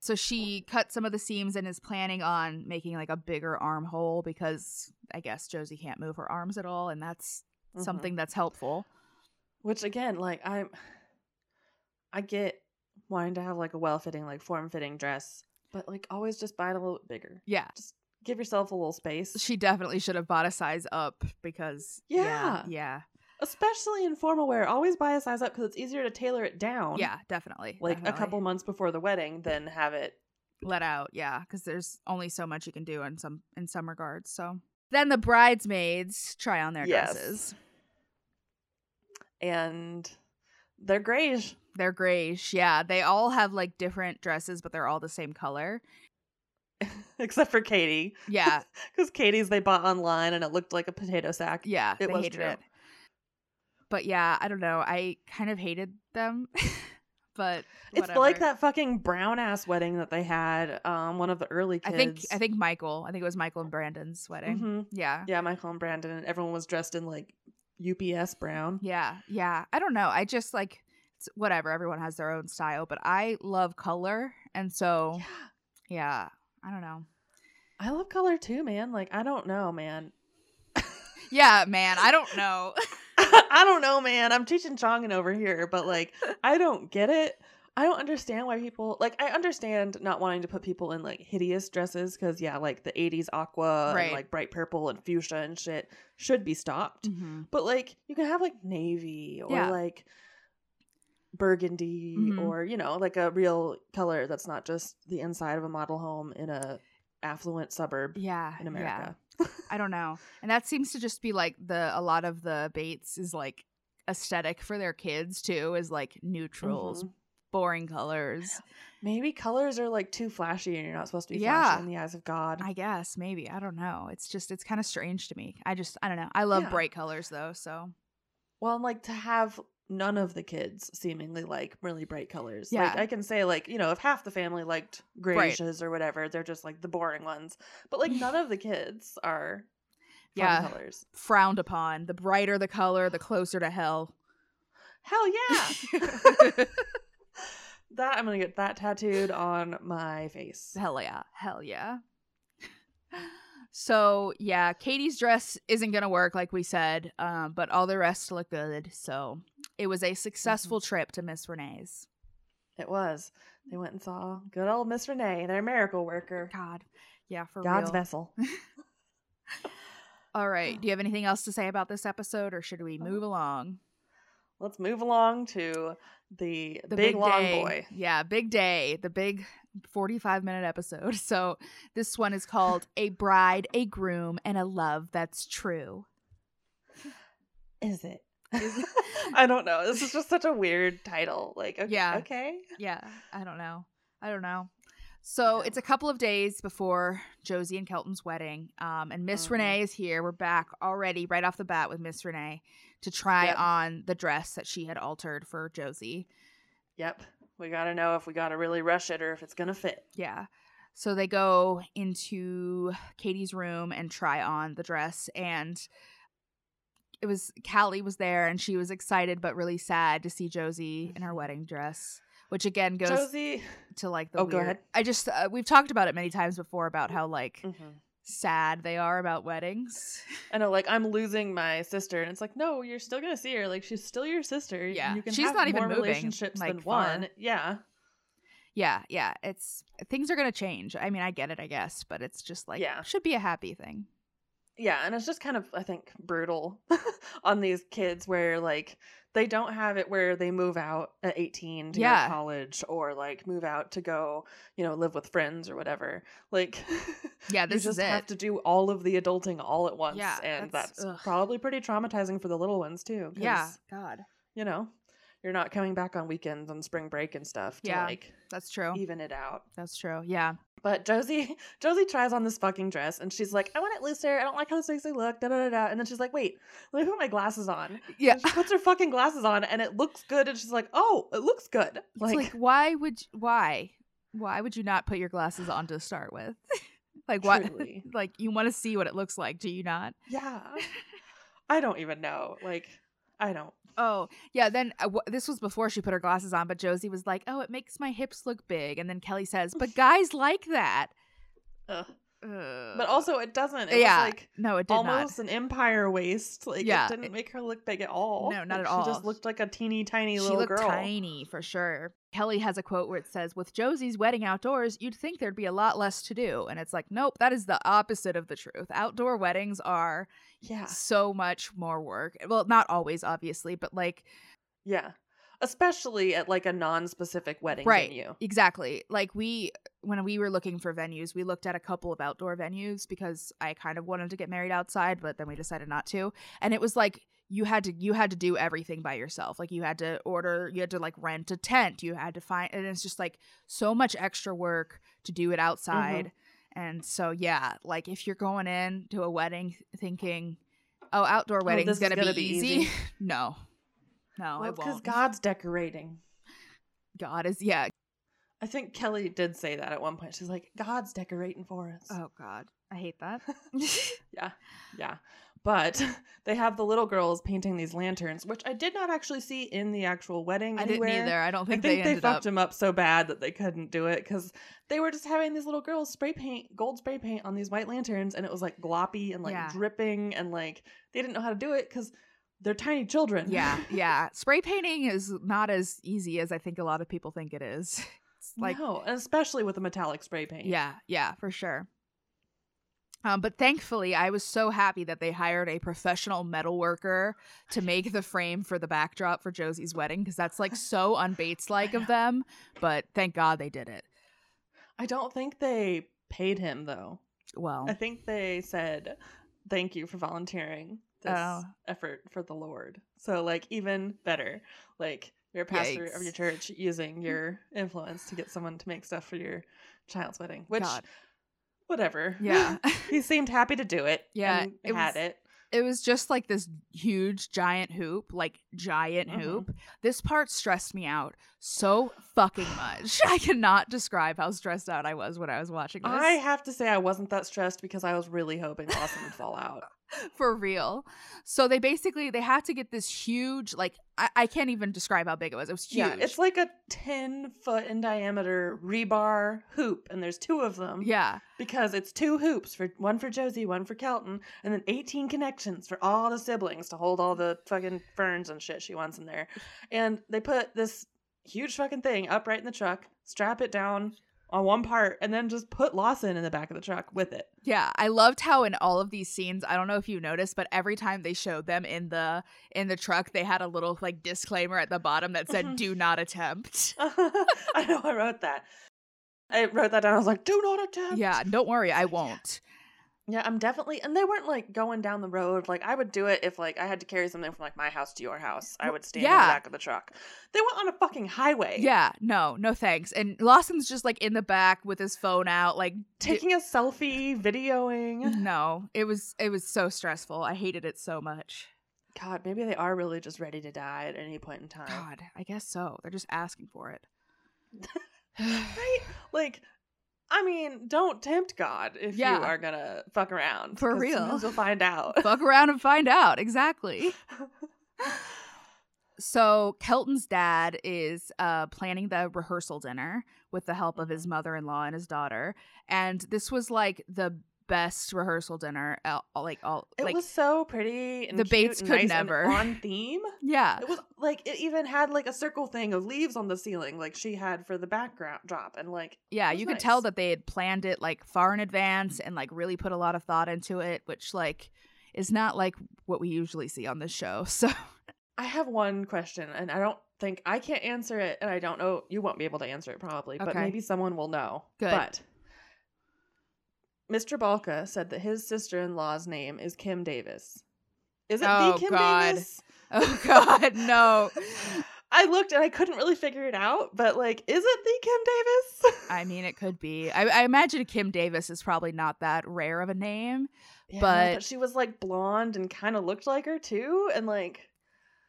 Speaker 2: So she cut some of the seams and is planning on making like a bigger armhole because I guess Josie can't move her arms at all, and that's
Speaker 1: Mhm.
Speaker 2: something that's helpful.
Speaker 1: Which again, like I'm I get wanting to have like a well fitting, like form fitting dress, but like always just buy it a little bit bigger.
Speaker 2: Yeah,
Speaker 1: Give yourself a little space.
Speaker 2: she definitely should have bought a size up because yeah,
Speaker 1: Yeah.
Speaker 2: yeah,
Speaker 1: Especially in formal wear, always buy a size up because it's easier to tailor it down.
Speaker 2: yeah, definitely.
Speaker 1: like a
Speaker 2: definitely.
Speaker 1: couple months before the wedding then have it
Speaker 2: let out yeah because there's only so much you can do in some in some regards so then the bridesmaids try on their
Speaker 1: Yes.
Speaker 2: dresses
Speaker 1: and they're grayish
Speaker 2: they're grayish yeah they all have like different dresses but they're all the same color
Speaker 1: <laughs> except for katie
Speaker 2: yeah
Speaker 1: because katie's they bought online and it looked like a potato sack
Speaker 2: Yeah,
Speaker 1: It
Speaker 2: they
Speaker 1: was
Speaker 2: hated
Speaker 1: true.
Speaker 2: it. But yeah, I don't know. I kind of hated them, <laughs> but
Speaker 1: it's like
Speaker 2: whatever.
Speaker 1: that fucking brown ass wedding that they had um one of the early
Speaker 2: I
Speaker 1: kids
Speaker 2: think I think Michael. I think it was Michael and Brandon's wedding.
Speaker 1: Mhm.
Speaker 2: Yeah,
Speaker 1: yeah michael and brandon and everyone was dressed in like ups brown
Speaker 2: yeah, yeah. I don't know. I just like it's whatever. Everyone has their own style, but I love color, and so
Speaker 1: yeah
Speaker 2: yeah, I don't know.
Speaker 1: <gasps> i love color too man like i don't know man
Speaker 2: Yeah, man, I don't know. <laughs>
Speaker 1: <laughs> I don't know, man. I'm teaching Chongin over here, but
Speaker 2: <laughs>
Speaker 1: like, I don't get it. I don't understand why people like. I understand not wanting to put people in like hideous dresses because yeah, like the '80s aqua
Speaker 2: Right.
Speaker 1: and like bright purple and fuchsia and shit should be stopped. But like, you can have like navy or
Speaker 2: Mm. Yeah.
Speaker 1: like burgundy
Speaker 2: Mhm.
Speaker 1: or you know like a real color that's not just the inside of a model home in a affluent suburb
Speaker 2: Yeah,
Speaker 1: in
Speaker 2: yeah.
Speaker 1: America.
Speaker 2: I don't know. And that seems to just be like the a lot of the Bates is like aesthetic for their kids too is like neutrals,
Speaker 1: Mhm.
Speaker 2: boring colors.
Speaker 1: Maybe colors are like too flashy, and you're not supposed to be
Speaker 2: Yeah.
Speaker 1: flashy in the eyes of God.
Speaker 2: <sighs> I guess maybe. I don't know. It's just it's kind of strange to me. I just I don't know. I love
Speaker 1: Yeah.
Speaker 2: bright colors though, so
Speaker 1: Well, and like to have none of the kids seemingly like really bright colors. Like
Speaker 2: Yeah.
Speaker 1: I can say like, you know, if half the family liked grayish or whatever, they're just like the boring ones. But like none
Speaker 2: <laughs>
Speaker 1: of the kids are fun
Speaker 2: Yeah.
Speaker 1: colors.
Speaker 2: frowned upon. The brighter the color, the closer to hell.
Speaker 1: Hell yeah.
Speaker 2: <laughs>
Speaker 1: <laughs> that I'm gonna get that tattooed on my face.
Speaker 2: hell yeah. Hell yeah. <sighs> So yeah, Katie's dress isn't gonna work, like we said, um, but all the rest look good. So it was a successful trip to Miss Renee's.
Speaker 1: It was. They went and saw good old Miss Renee, their miracle worker,
Speaker 2: God, yeah, for
Speaker 1: God's
Speaker 2: real.
Speaker 1: vessel.
Speaker 2: All right, do you have anything else to say about this episode, or should we move along?
Speaker 1: Let's move along to the,
Speaker 2: The
Speaker 1: big, long
Speaker 2: day.
Speaker 1: boy.
Speaker 2: Yeah, big day. The big 45 minute episode. <laughs> So this one is called A Bride, a Groom, and a Love That's True.
Speaker 1: Is it?
Speaker 2: <laughs>
Speaker 1: <laughs> I don't know. This is just such a weird title. Like, okay,
Speaker 2: Yeah.
Speaker 1: okay.
Speaker 2: Yeah, I don't know. I don't know. So
Speaker 1: Yeah.
Speaker 2: it's a couple of days before Josie and Kelton's wedding, um, and Miss
Speaker 1: Mhm.
Speaker 2: Renee is here. We're back already right off the bat with Miss Renee to try
Speaker 1: Yep.
Speaker 2: on the dress that she had altered for Josie.
Speaker 1: Yep. We gotta know if we gotta really rush it or if it's gonna fit.
Speaker 2: Yeah. So they go into Katie's room and try on the dress and it was Callie was there and she was excited but really sad to see Josie in her wedding dress, which again goes
Speaker 1: Mm-hmm. Josie.
Speaker 2: to like the
Speaker 1: Oh, go
Speaker 2: weird-
Speaker 1: ahead.
Speaker 2: I just uh, we've talked about it many times before about how like
Speaker 1: Mhm.
Speaker 2: sad they are about weddings.
Speaker 1: I know, like I'm losing my sister, and it's like, no, you're still gonna see her. Like she's still your sister.
Speaker 2: Yeah.
Speaker 1: you can
Speaker 2: She's
Speaker 1: have
Speaker 2: not even
Speaker 1: more
Speaker 2: moving,
Speaker 1: relationships
Speaker 2: like,
Speaker 1: than
Speaker 2: far.
Speaker 1: one. Yeah,
Speaker 2: Yeah, yeah, it's things are going to change. I mean, I get it, I guess, but it's just like
Speaker 1: Yeah.
Speaker 2: should be a happy thing.
Speaker 1: yeah, and it's just kind of I think brutal <laughs> on these kids where like they don't have it where they move out at 18 to
Speaker 2: Yeah.
Speaker 1: go to college or like move out to go you know live with friends or whatever. Like <laughs>
Speaker 2: Yeah,
Speaker 1: you
Speaker 2: this
Speaker 1: just
Speaker 2: is it.
Speaker 1: have to do all of the adulting all at once,
Speaker 2: Yeah,
Speaker 1: and
Speaker 2: that's-
Speaker 1: that's,
Speaker 2: ugh.
Speaker 1: probably pretty traumatizing for the little ones too. 'cause,
Speaker 2: yeah, god.
Speaker 1: you know. You're not coming back on weekends and spring break and stuff to
Speaker 2: Yeah.
Speaker 1: like
Speaker 2: That's true.
Speaker 1: even it out.
Speaker 2: That's true. Yeah.
Speaker 1: But Josie, <laughs> Josie tries on this fucking dress, and she's like, "I want it looser. I don't like how this makes me look." Da da da. da. And then she's like, "Wait, let me put my glasses on."
Speaker 2: Yeah.
Speaker 1: And she puts her fucking glasses on, and it looks good. And she's like, "Oh, it looks good."
Speaker 2: It's
Speaker 1: Like,
Speaker 2: like, why would y- why why would you not put your glasses on to start with <laughs> like <laughs> what
Speaker 1: Truly.
Speaker 2: <laughs> like you want to see what it looks like do you not
Speaker 1: yeah, I don't even know. Like, I don't.
Speaker 2: oh yeah then uh, wh- this was before she put her glasses on but josie was like oh it makes my hips look big and then kelly says
Speaker 1: <laughs>
Speaker 2: but guys like that
Speaker 1: Ugh.
Speaker 2: Ugh.
Speaker 1: But also, it doesn't. It
Speaker 2: yeah
Speaker 1: was like
Speaker 2: no it did
Speaker 1: almost an empire waist. Like,
Speaker 2: Yeah,
Speaker 1: it didn't make her look big at all.
Speaker 2: No, not
Speaker 1: Like,
Speaker 2: at all.
Speaker 1: She just looked like a teeny tiny
Speaker 2: not she
Speaker 1: little
Speaker 2: looked
Speaker 1: girl.
Speaker 2: tiny for sure kelly has a quote where it says with josie's wedding outdoors you'd think there'd be a lot less to do and it's like nope that is the opposite of the truth outdoor weddings are
Speaker 1: Yeah,
Speaker 2: so much more work. Well, not always, obviously, but like
Speaker 1: yeah. Especially at like a non-specific wedding
Speaker 2: Right.
Speaker 1: venue.
Speaker 2: exactly. Like we when we were looking for venues, we looked at a couple of outdoor venues because I kind of wanted to get married outside, but then we decided not to. And it was like you had to you had to do everything by yourself. Like you had to order, you had to like rent a tent, you had to find and it's just like so much extra work to do
Speaker 1: Mm-hmm.
Speaker 2: it outside. And so yeah, like if you're going in to a wedding thinking, "Oh, outdoor wedding's
Speaker 1: this is
Speaker 2: gonna,
Speaker 1: gonna
Speaker 2: be,
Speaker 1: be
Speaker 2: easy," <laughs>
Speaker 1: easy.
Speaker 2: no, no,
Speaker 1: Well,
Speaker 2: it won't.
Speaker 1: God's decorating.
Speaker 2: God is yeah.
Speaker 1: I think Kelly did say that at one point. She's like, God's decorating for us.
Speaker 2: Oh God, I hate
Speaker 1: <laughs>
Speaker 2: that.
Speaker 1: Yeah. But <laughs> they have the little girls painting these lanterns, which I did not actually see in the actual wedding
Speaker 2: I didn't
Speaker 1: anywhere.
Speaker 2: either. I don't
Speaker 1: I think
Speaker 2: think, they
Speaker 1: they,
Speaker 2: ended
Speaker 1: fucked
Speaker 2: up.
Speaker 1: them up so bad that they couldn't do it because they were just having these little girls spray paint, gold spray paint on these white lanterns, and it was like gloppy and like
Speaker 2: Yeah.
Speaker 1: dripping, and like they didn't know how to do it because they're tiny children. <laughs>
Speaker 2: Yeah, yeah. Spray painting is not as easy as I think a lot of people think it is. <laughs> It's like
Speaker 1: no, and especially with the metallic spray paint.
Speaker 2: Yeah, yeah, for sure. Um, but thankfully, I was so happy that they hired a professional metal worker to make the frame for the backdrop for Josie's wedding because that's like so unbates like
Speaker 1: I
Speaker 2: of them. But thank God they did it.
Speaker 1: I don't think they paid him though.
Speaker 2: Well,
Speaker 1: I think they said, "Thank you for volunteering this
Speaker 2: Oh.
Speaker 1: effort for the Lord." So, like, even better, like you're a pastor of your
Speaker 2: Yikes.
Speaker 1: church
Speaker 2: <laughs>
Speaker 1: using your influence to get someone to make stuff for your child's wedding. Which,
Speaker 2: God.
Speaker 1: whatever.
Speaker 2: yeah.
Speaker 1: <laughs> he seemed happy to do it.
Speaker 2: Yeah,
Speaker 1: and
Speaker 2: it
Speaker 1: had
Speaker 2: was-
Speaker 1: it.
Speaker 2: it was just like this huge giant hoop, like giant
Speaker 1: Mhm.
Speaker 2: hoop. This part stressed me out so fucking much. <laughs> I cannot describe how stressed out I was when I was watching this. <laughs>
Speaker 1: I have to say, I wasn't that stressed because I was really hoping Lawson would fall out.
Speaker 2: for real so they basically they have to get this huge like i, I can't even describe how big it was it was huge
Speaker 1: Yeah, it's like a 10 foot in diameter rebar hoop, and there's two of them.
Speaker 2: yeah
Speaker 1: Because it's two hoops for one for Josie, one for Kelton, and then 18 connections for all the siblings to hold all the fucking ferns and shit she wants in there. And they put this huge fucking thing upright in the truck, strap it down on one part, and then just put Lawson in the back of the truck with it. <laughs>
Speaker 2: yeah i loved how in all of these scenes i don't know if you noticed but every time they showed them in the in the truck they had a little like disclaimer at the bottom that said
Speaker 1: Mhm.
Speaker 2: do not attempt
Speaker 1: I know I wrote that. I wrote that down. I was like, do not attempt.
Speaker 2: yeah don't worry i
Speaker 1: Yeah.
Speaker 2: won't
Speaker 1: Yeah, I'm definitely and they weren't like going down the road. Like I would do it if like I had to carry something from like my house to your house. I would stand in
Speaker 2: yeah.
Speaker 1: the back of the truck. They went on a fucking highway.
Speaker 2: yeah no no thanks and lawson's just like in the back with his phone out like
Speaker 1: Taking a selfie, videoing.
Speaker 2: no it was it was so stressful i hated it so much
Speaker 1: God, maybe they are really just ready to die at any point in time.
Speaker 2: God, I guess so. They're just asking for it.
Speaker 1: <laughs> Right? Like I mean, don't tempt God if
Speaker 2: Yeah.
Speaker 1: you are gonna fuck around.
Speaker 2: For
Speaker 1: 'cause
Speaker 2: real.
Speaker 1: sometimes You'll find
Speaker 2: <laughs>
Speaker 1: out.
Speaker 2: <sighs> Fuck around and find out. Exactly. So Kelton's dad is uh, planning the rehearsal dinner with the help of his mother-in-law and his daughter, and this was like the best rehearsal dinner. uh, all- like all
Speaker 1: It
Speaker 2: like
Speaker 1: was so pretty and
Speaker 2: The
Speaker 1: cute
Speaker 2: Bates
Speaker 1: and
Speaker 2: could
Speaker 1: nice and
Speaker 2: never.
Speaker 1: on theme.
Speaker 2: yeah, <laughs>
Speaker 1: It was like it even had like a circle thing of leaves on the ceiling, like she had for the background drop, and like
Speaker 2: yeah.
Speaker 1: it was
Speaker 2: You could tell
Speaker 1: nice.
Speaker 2: that they had planned it like far in advance and like really put a lot of thought into it, which like is not like what we usually see on this show. <laughs> So
Speaker 1: I have one question, and I don't think I can't answer it, and I don't know you won't be able to answer it probably, but
Speaker 2: Okay.
Speaker 1: maybe someone will know.
Speaker 2: Good.
Speaker 1: But Mr. Balka said that his sister-in-law's name is Kim Davis. Is it
Speaker 2: Oh,
Speaker 1: the Kim
Speaker 2: God.
Speaker 1: Davis?
Speaker 2: <laughs> oh
Speaker 1: <laughs>
Speaker 2: god, no.
Speaker 1: I looked and I couldn't really figure it out, but like, is it the Kim Davis?
Speaker 2: I mean, it could be. I, I imagine Kim Davis is probably not that rare of a name.
Speaker 1: <laughs> Yeah,
Speaker 2: but-
Speaker 1: she was like blonde and kind of looked like her too, and like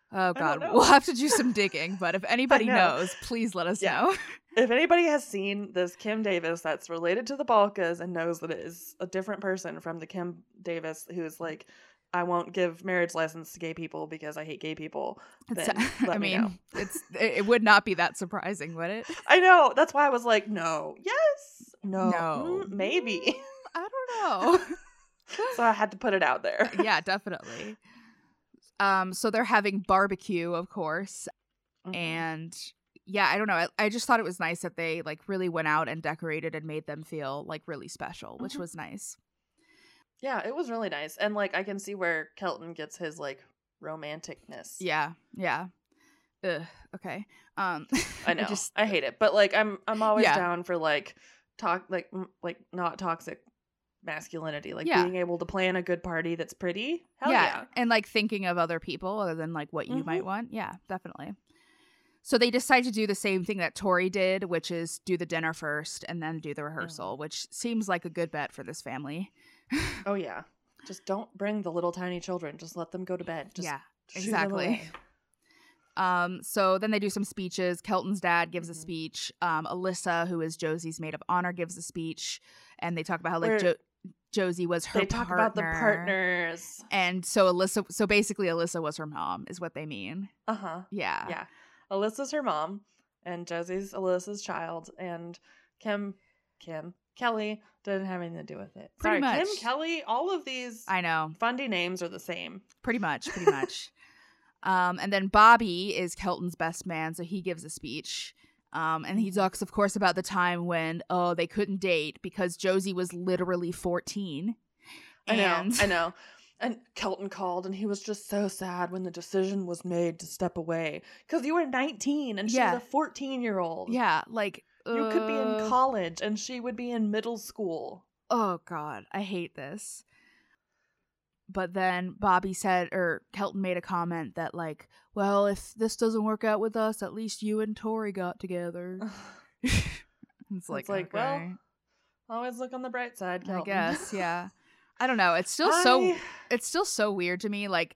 Speaker 2: Oh
Speaker 1: don't
Speaker 2: God,
Speaker 1: know.
Speaker 2: we'll have to do some digging.
Speaker 1: <laughs>
Speaker 2: But if anybody
Speaker 1: know.
Speaker 2: knows, please let us
Speaker 1: Yeah.
Speaker 2: know. <laughs>
Speaker 1: If anybody has seen this Kim Davis that's related to the Balkas and knows that it is a different person from the Kim Davis who's like, I won't give marriage license to gay people because I hate gay people.
Speaker 2: It's- <laughs>
Speaker 1: Then let
Speaker 2: I
Speaker 1: me
Speaker 2: mean,
Speaker 1: know.
Speaker 2: it's it, it would not be that surprising, would
Speaker 1: <laughs>
Speaker 2: it?
Speaker 1: I know. That's why I was like, no, yes, no,
Speaker 2: No.
Speaker 1: mm, maybe.
Speaker 2: I don't
Speaker 1: <laughs> so I had to put it out there. <laughs>
Speaker 2: know. yeah, definitely. Um, so they're having barbecue, of course,
Speaker 1: Mhm.
Speaker 2: Mm-hmm. and yeah, I don't know. I, I just thought it was nice that they like really went out and decorated and made them feel like really special, which
Speaker 1: Mhm.
Speaker 2: was nice.
Speaker 1: Mm-hmm. yeah, it was really nice. And like, I can see where Kelton gets his like romanticness.
Speaker 2: Yeah, yeah. Ugh, okay. Um, <laughs>
Speaker 1: I know. I,
Speaker 2: just-
Speaker 1: hate it, but like I'm I'm always
Speaker 2: Yeah.
Speaker 1: down for like talk like m- like not toxic masculinity, like
Speaker 2: Yeah.
Speaker 1: being able to plan a good party that's pretty. Hell
Speaker 2: yeah. Mm-hmm.
Speaker 1: yeah.
Speaker 2: And like thinking of other people other than like what you
Speaker 1: Mhm.
Speaker 2: might want. Yeah, definitely. So they decide to do the same thing that Tori did, which is do the dinner first and then do the rehearsal, which seems like a good bet for this family.
Speaker 1: Oh yeah. Just don't bring the little tiny children. Just let them go to bed. Just
Speaker 2: yeah,
Speaker 1: shoo them
Speaker 2: exactly.
Speaker 1: away.
Speaker 2: Um, so then they do some speeches. Kelton's dad gives
Speaker 1: Mhm.
Speaker 2: a speech. Um, Alyssa, who is Josie's maid of honor, gives a speech, and they talk about how like
Speaker 1: Where
Speaker 2: jo- Josie was <laughs> her
Speaker 1: They talk about the
Speaker 2: partner.
Speaker 1: partners.
Speaker 2: and so Alyssa. So basically, Alyssa was her mom, is what they mean.
Speaker 1: Uh huh.
Speaker 2: Yeah,
Speaker 1: Yeah. Alyssa's her mom, and Josie's Alyssa's child, and Kim, Kim, Kelly didn't have anything to do with it.
Speaker 2: Pretty
Speaker 1: Sorry, Kim,
Speaker 2: much.
Speaker 1: Kelly, all of these
Speaker 2: I know.
Speaker 1: fundy names are the same.
Speaker 2: pretty much pretty
Speaker 1: <laughs>
Speaker 2: much um and then bobby is kelton's best man so he gives a speech um and
Speaker 1: Mm-hmm.
Speaker 2: he talks of course about the time when oh they couldn't date because josie was literally 14
Speaker 1: I know,
Speaker 2: and
Speaker 1: I know. And Kelton called, and he was just so sad when the decision was made to step away because you were 19 and she
Speaker 2: Yeah.
Speaker 1: was a 14 year old.
Speaker 2: yeah like
Speaker 1: you could be in
Speaker 2: uh,
Speaker 1: college, and she would be in middle school. <sighs>
Speaker 2: oh god i hate this but then bobby said or kelton made a comment that like well if this doesn't work out with us at least you and tori got together <laughs> it's like,
Speaker 1: it's like, well,
Speaker 2: okay.
Speaker 1: always look on the bright side,
Speaker 2: I
Speaker 1: Kelton. <laughs>
Speaker 2: guess, yeah. I don't know. It's still so
Speaker 1: I-
Speaker 2: it's still so weird to me. Like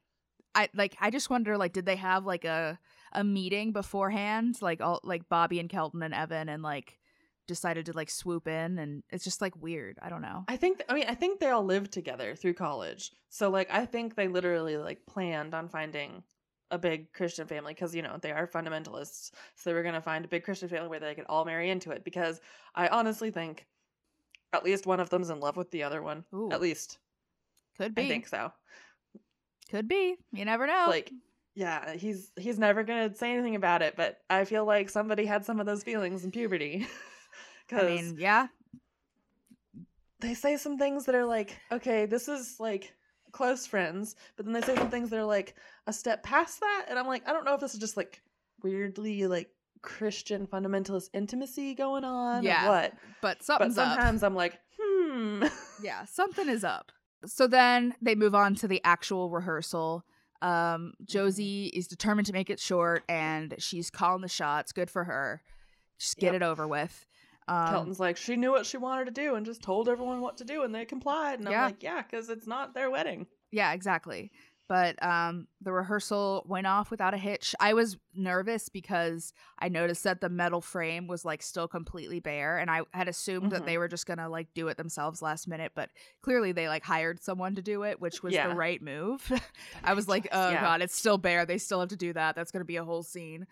Speaker 2: I like I just wonder like did they have like a a meeting beforehand? Like all like Bobby and Kelton and Evan and like decided to like swoop in and it's just like weird. I don't know.
Speaker 1: I think I mean I think they all lived together through college. So like I think they literally like planned on finding a big Christian family because you know they are fundamentalists. So they were gonna find a big Christian family where they could all marry into it because I honestly think at least one of them's in love with the other one.
Speaker 2: Ooh.
Speaker 1: At least
Speaker 2: Could be.
Speaker 1: I think so.
Speaker 2: Could be. You never know.
Speaker 1: Like yeah, he's he's never gonna say anything about it, but I feel like somebody had some of those feelings in puberty. <laughs>
Speaker 2: I
Speaker 1: Because
Speaker 2: mean, yeah.
Speaker 1: they say some things that are like, okay, this is like close friends, but then they say some things that are like a step past that, and I'm like, I don't know if this is just like weirdly like Christian fundamentalist intimacy going on
Speaker 2: Yeah,
Speaker 1: or what.
Speaker 2: But
Speaker 1: But
Speaker 2: something's up.
Speaker 1: sometimes I'm like, hmm.
Speaker 2: Yeah, something is up. So then they move on to the actual rehearsal. Um,
Speaker 1: Mm-hmm.
Speaker 2: Josie is determined to make it short and she's calling the shots. Good for her. Just get
Speaker 1: Yep.
Speaker 2: it over with. Um,
Speaker 1: Kelton's like, she knew what she wanted to do and just told everyone what to do, and they complied. And
Speaker 2: Yeah.
Speaker 1: I'm like, yeah, because it's not their wedding.
Speaker 2: Yeah, exactly. But um, the rehearsal went off without a hitch. I was nervous because I noticed that the metal frame was like still completely bare, and I had assumed that
Speaker 1: Mhm.
Speaker 2: they were just gonna like do it themselves last minute. But clearly, they like hired someone to do it, which was
Speaker 1: Yeah.
Speaker 2: the right move. <laughs> I was like, oh
Speaker 1: Yeah.
Speaker 2: god, it's still bare. They still have to do that. That's gonna be a whole scene.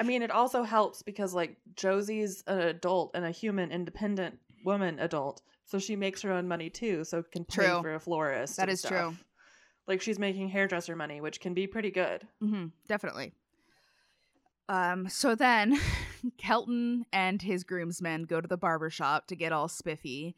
Speaker 1: I mean, it also helps because like Josie's an adult and a human, independent woman adult, so she makes her own money too, so can pay
Speaker 2: True.
Speaker 1: for a florist.
Speaker 2: That
Speaker 1: and
Speaker 2: is
Speaker 1: stuff.
Speaker 2: true.
Speaker 1: Like she's making hairdresser money, which can be pretty
Speaker 2: <laughs>
Speaker 1: good.
Speaker 2: hmm definitely. Um, so then <laughs> Kelton and his groomsmen go to the barber shop to get all spiffy.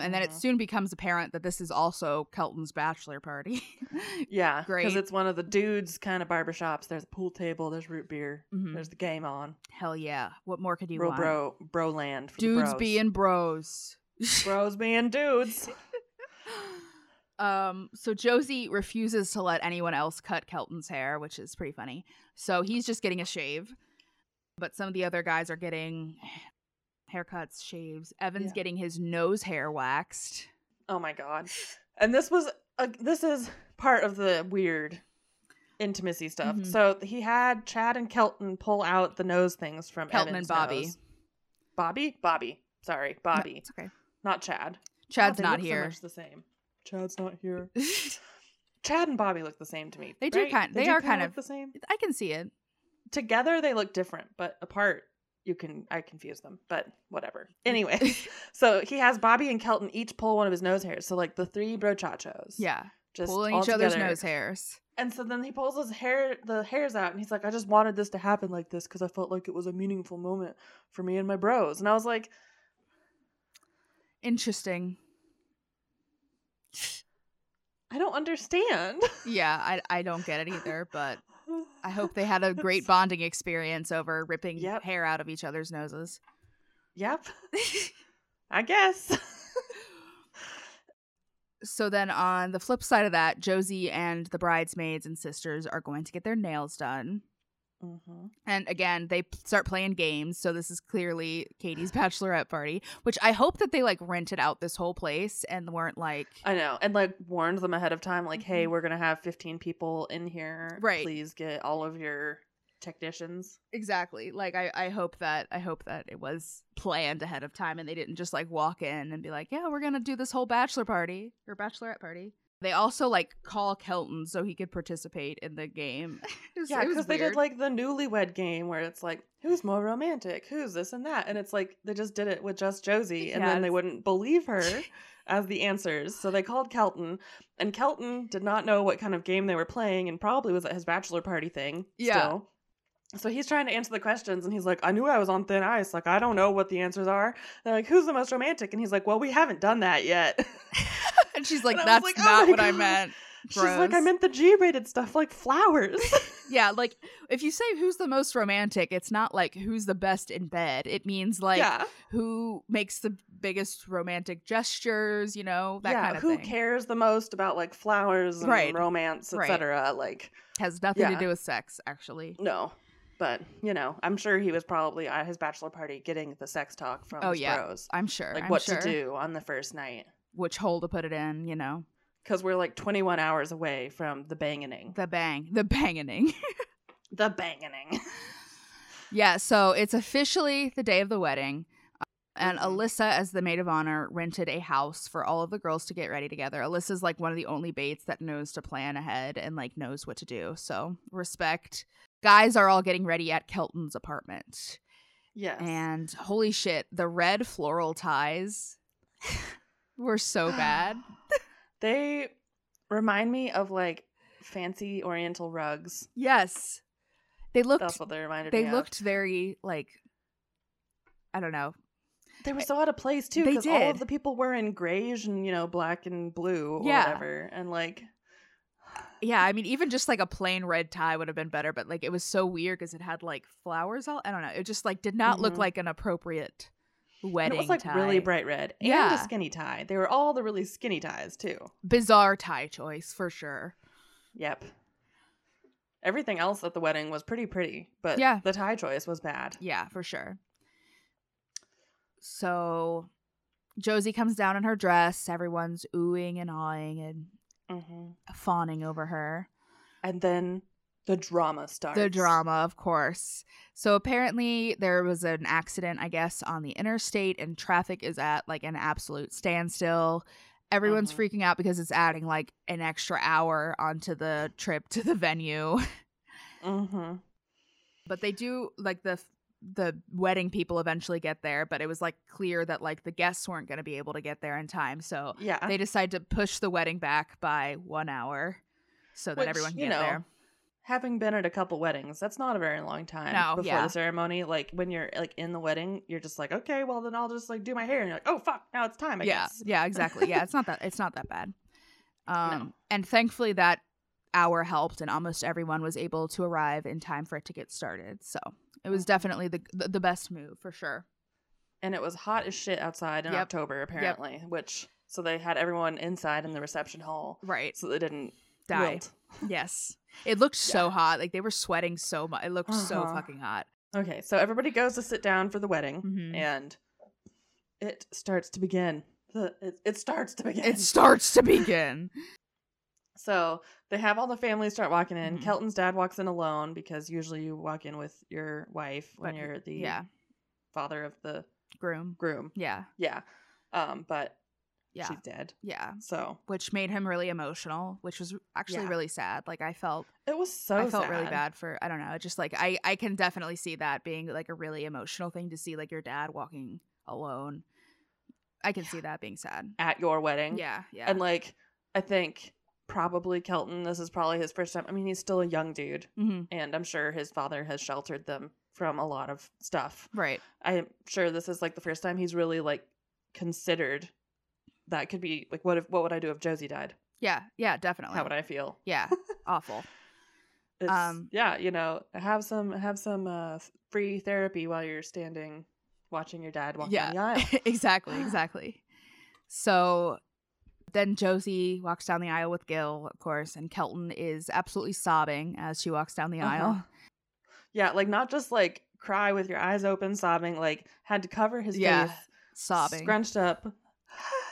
Speaker 2: And then it
Speaker 1: Mhm.
Speaker 2: soon becomes apparent that this is also Kelton's bachelor party. <laughs>
Speaker 1: Yeah,
Speaker 2: Great.
Speaker 1: because it's one of the dudes kind of barbershops. There's a pool table, there's root beer,
Speaker 2: Mhm.
Speaker 1: there's the game on.
Speaker 2: Hell yeah. What more could you
Speaker 1: Mm-hmm. Real
Speaker 2: want?
Speaker 1: bro, bro land. For the
Speaker 2: Dudes
Speaker 1: bros.
Speaker 2: being bros. <laughs>
Speaker 1: bros being dudes.
Speaker 2: um, so Josie refuses to let anyone else cut Kelton's hair, which is pretty funny. So he's just getting a shave. But some of the other guys are getting <sighs> haircuts, shaves. Evan's
Speaker 1: Yeah.
Speaker 2: getting his nose hair waxed. <laughs>
Speaker 1: Oh my god. And this was a, this is part of the weird intimacy stuff.
Speaker 2: Mhm.
Speaker 1: So he had Chad and Kelton pull out the nose things from
Speaker 2: Kelton
Speaker 1: Evan's
Speaker 2: and Bobby.
Speaker 1: nose. Bobby, Bobby. Sorry,
Speaker 2: No,
Speaker 1: Bobby,
Speaker 2: it's okay.
Speaker 1: not Chad.
Speaker 2: Chad's
Speaker 1: God, they
Speaker 2: not
Speaker 1: look so
Speaker 2: here.
Speaker 1: much the same. Chad's not here. Chad and Bobby look the same to me.
Speaker 2: They do
Speaker 1: right?
Speaker 2: kind- they
Speaker 1: do
Speaker 2: are
Speaker 1: kinda
Speaker 2: kind
Speaker 1: look
Speaker 2: of-
Speaker 1: the same.
Speaker 2: <laughs> I can see it.
Speaker 1: Together they look different, but apart you can I confuse them. But
Speaker 2: <laughs>
Speaker 1: whatever. Anyway, so he has Bobby and Kelton each pull one of his nose hairs. So like the three brochachos.
Speaker 2: yeah,
Speaker 1: <laughs> Just
Speaker 2: pulling
Speaker 1: all
Speaker 2: each other's
Speaker 1: together.
Speaker 2: nose hairs.
Speaker 1: And so then he pulls his hair, the hairs out, and he's like, "I just wanted this to happen like this because I felt like it was a meaningful moment for me and my bros." And I was like,
Speaker 2: Interesting.
Speaker 1: "I don't understand."
Speaker 2: Yeah, I I don't get it either, but I hope they had a great
Speaker 1: It's-
Speaker 2: bonding experience over ripping
Speaker 1: Yep.
Speaker 2: hair out of each other's
Speaker 1: <laughs>
Speaker 2: noses. <laughs>
Speaker 1: Yep. I guess. <laughs>
Speaker 2: So then on the flip side of that, Josie and the bridesmaids and sisters are going to get their nails done.
Speaker 1: Mhm.
Speaker 2: And again, they p- start playing games. So this is clearly Katie's <laughs> bachelorette party, which I hope that they like rented out this whole place and weren't like
Speaker 1: I know, and like warned them ahead of time, like, "Hey, we're gonna have fifteen people in here.
Speaker 2: Mm-hmm. Right.
Speaker 1: Please get all of your technicians."
Speaker 2: exactly like I, I hope that i hope that it was planned ahead of time and they didn't just like walk in and be like yeah we're gonna do this whole bachelor party or bachelorette party they also like call kelton so he could participate in the game <laughs> It was-
Speaker 1: Yeah,
Speaker 2: it was
Speaker 1: because they did
Speaker 2: weird.
Speaker 1: like the newlywed game where it's like, who's more romantic? Who's this and that? And it's like they just did it with just Josie, and
Speaker 2: Yeah,
Speaker 1: then they
Speaker 2: it's-
Speaker 1: wouldn't believe
Speaker 2: <laughs>
Speaker 1: her as the answers. So they called Kelton, and Kelton did not know what kind of game they were playing and probably was at his bachelor party thing.
Speaker 2: Yeah.
Speaker 1: Still. So he's trying to answer the questions, and he's like, I knew I was on thin ice. Like, I don't know what the answers are. they're like, who's the most romantic? And he's like, well, we haven't done that yet. <laughs>
Speaker 2: and she's like
Speaker 1: and I was
Speaker 2: that's
Speaker 1: like, "Oh
Speaker 2: not
Speaker 1: my
Speaker 2: what i
Speaker 1: God."
Speaker 2: meant
Speaker 1: She's like, I
Speaker 2: Gross.
Speaker 1: meant the G-rated stuff, like flowers. <laughs>
Speaker 2: yeah like if you say who's the most romantic it's not like who's the best in bed it means like
Speaker 1: yeah.
Speaker 2: who makes the biggest romantic gestures you know that kind of
Speaker 1: who
Speaker 2: thing
Speaker 1: cares the most about like flowers and
Speaker 2: Right.
Speaker 1: romance,
Speaker 2: Right.
Speaker 1: etc. Like,
Speaker 2: has nothing to
Speaker 1: Yeah.
Speaker 2: do with sex actually
Speaker 1: no, but you know, I'm sure he was probably at his bachelor party getting the sex talk from
Speaker 2: Oh,
Speaker 1: his
Speaker 2: yeah.
Speaker 1: bros,
Speaker 2: i'm sure
Speaker 1: like
Speaker 2: I'm
Speaker 1: what
Speaker 2: sure.
Speaker 1: to do on the first night,
Speaker 2: which hole to put it in, you know.
Speaker 1: because we're like 21 hours away from the banganing,
Speaker 2: The bang, the banganing.
Speaker 1: the banganing. <laughs>
Speaker 2: yeah, so it's officially the day of the wedding. And
Speaker 1: Mhm.
Speaker 2: Alyssa, as the maid of honor, rented a house for all of the girls to get ready together. Alyssa's like one of the only Bates that knows to plan ahead and like knows what to do. So respect. Guys are all getting ready at Kelton's apartment.
Speaker 1: Yes.
Speaker 2: And holy shit, the red floral ties <laughs> were
Speaker 1: <gasps>
Speaker 2: so bad.
Speaker 1: they remind me of like fancy oriental rugs.
Speaker 2: Yes. They looked
Speaker 1: That's what they reminded
Speaker 2: they
Speaker 1: me of.
Speaker 2: looked very like I don't know.
Speaker 1: They were so out of place too
Speaker 2: They
Speaker 1: because all
Speaker 2: did.
Speaker 1: of the people were in grayish and you know black and blue or
Speaker 2: Yeah.
Speaker 1: whatever, and like
Speaker 2: Yeah, I mean, even just like a plain red tie would have been better, but like it was so weird because it had like flowers all. I don't know. It just like did not look
Speaker 1: Mhm.
Speaker 2: like an appropriate
Speaker 1: and
Speaker 2: wedding.
Speaker 1: it was like
Speaker 2: tie.
Speaker 1: really bright red and
Speaker 2: Yeah.
Speaker 1: a skinny tie. They were all the really skinny ties too.
Speaker 2: bizarre tie choice for sure.
Speaker 1: Yep. Everything else at the wedding was pretty pretty, but
Speaker 2: Yeah.
Speaker 1: the tie choice was bad.
Speaker 2: Yeah, for sure. So Josie comes down in her dress. Everyone's oohing and awing and
Speaker 1: hmm
Speaker 2: fawning over her.
Speaker 1: And then the drama starts.
Speaker 2: The drama, of course. So apparently there was an accident, I guess, on the interstate and traffic is at like an absolute standstill. Everyone's
Speaker 1: Mhm.
Speaker 2: freaking out because it's adding like an extra hour onto the trip to the venue. <laughs>
Speaker 1: hmm
Speaker 2: But they do like the the wedding people eventually get there, but it was like clear that like the guests weren't going to be able to get there in time. So
Speaker 1: Yeah.
Speaker 2: they decide to push the wedding back by 1 hour so that
Speaker 1: Which,
Speaker 2: everyone can
Speaker 1: you
Speaker 2: get
Speaker 1: know,
Speaker 2: there.
Speaker 1: having been at a couple weddings, that's not a very long time
Speaker 2: No,
Speaker 1: before
Speaker 2: yeah.
Speaker 1: the ceremony. Like when you're like in the wedding, you're just like, okay, well then I'll just like do my hair, and you're like, oh fuck, now it's time. I
Speaker 2: yeah,
Speaker 1: guess.
Speaker 2: yeah, exactly. Yeah, it's not that it's not that bad.
Speaker 1: <laughs>
Speaker 2: Um, and thankfully that hour helped, and almost everyone was able to arrive in time for it to get started. So it was
Speaker 1: Mhm.
Speaker 2: definitely the the, the best move for sure.
Speaker 1: And it was hot as shit outside in
Speaker 2: Yep.
Speaker 1: October apparently, which so they had everyone inside in the reception hall,
Speaker 2: Right,
Speaker 1: so they didn't
Speaker 2: die.
Speaker 1: <laughs> wilt.
Speaker 2: Yes, it looked so
Speaker 1: Yeah.
Speaker 2: hot. Like they were sweating so much. It looked so
Speaker 1: Uh-huh.
Speaker 2: fucking hot.
Speaker 1: Okay, so everybody goes to sit down for the wedding,
Speaker 2: Mhm.
Speaker 1: and it starts to begin. The- It, it starts to begin. <laughs>
Speaker 2: It starts to begin.
Speaker 1: So they have all the families start walking in.
Speaker 2: Mhm.
Speaker 1: Kelton's dad walks in alone because usually you walk in with your wife when
Speaker 2: But-
Speaker 1: you're the
Speaker 2: yeah,
Speaker 1: father of the
Speaker 2: groom.
Speaker 1: groom.
Speaker 2: Yeah,
Speaker 1: Yeah. Um, but
Speaker 2: yeah,
Speaker 1: she's dead.
Speaker 2: yeah.
Speaker 1: So
Speaker 2: Which made him really emotional, which was actually
Speaker 1: Yeah.
Speaker 2: really sad. Like I felt
Speaker 1: it was so
Speaker 2: I felt really
Speaker 1: sad.
Speaker 2: bad for I don't know, just like I I can definitely see that being like a really emotional thing to see like your dad walking alone. I can see that being sad.
Speaker 1: at your wedding.
Speaker 2: Yeah, yeah.
Speaker 1: And like I think probably Kelton, this is probably his first time. I mean, he's still a young dude,
Speaker 2: Mhm.
Speaker 1: and I'm sure his father has sheltered them from a lot of stuff.
Speaker 2: Right.
Speaker 1: I'm sure this is like the first time he's really like considered that could be like what if what would I do if Josie died?
Speaker 2: Yeah, Oh, yeah, definitely.
Speaker 1: How would I feel? <laughs>
Speaker 2: Yeah. Awful.
Speaker 1: It's,
Speaker 2: Um,
Speaker 1: yeah, you know, have some have some uh, free therapy while you're standing watching your dad walk
Speaker 2: <laughs>
Speaker 1: down the aisle.
Speaker 2: exactly, exactly. So then Josie walks down the aisle with Gil, of course, and Kelton is absolutely sobbing as she walks down the
Speaker 1: Uh-huh.
Speaker 2: aisle.
Speaker 1: Yeah, like not just like cry with your eyes open, sobbing, like had to cover his
Speaker 2: Yeah,
Speaker 1: face,
Speaker 2: Sobbing.
Speaker 1: scrunched up, <laughs>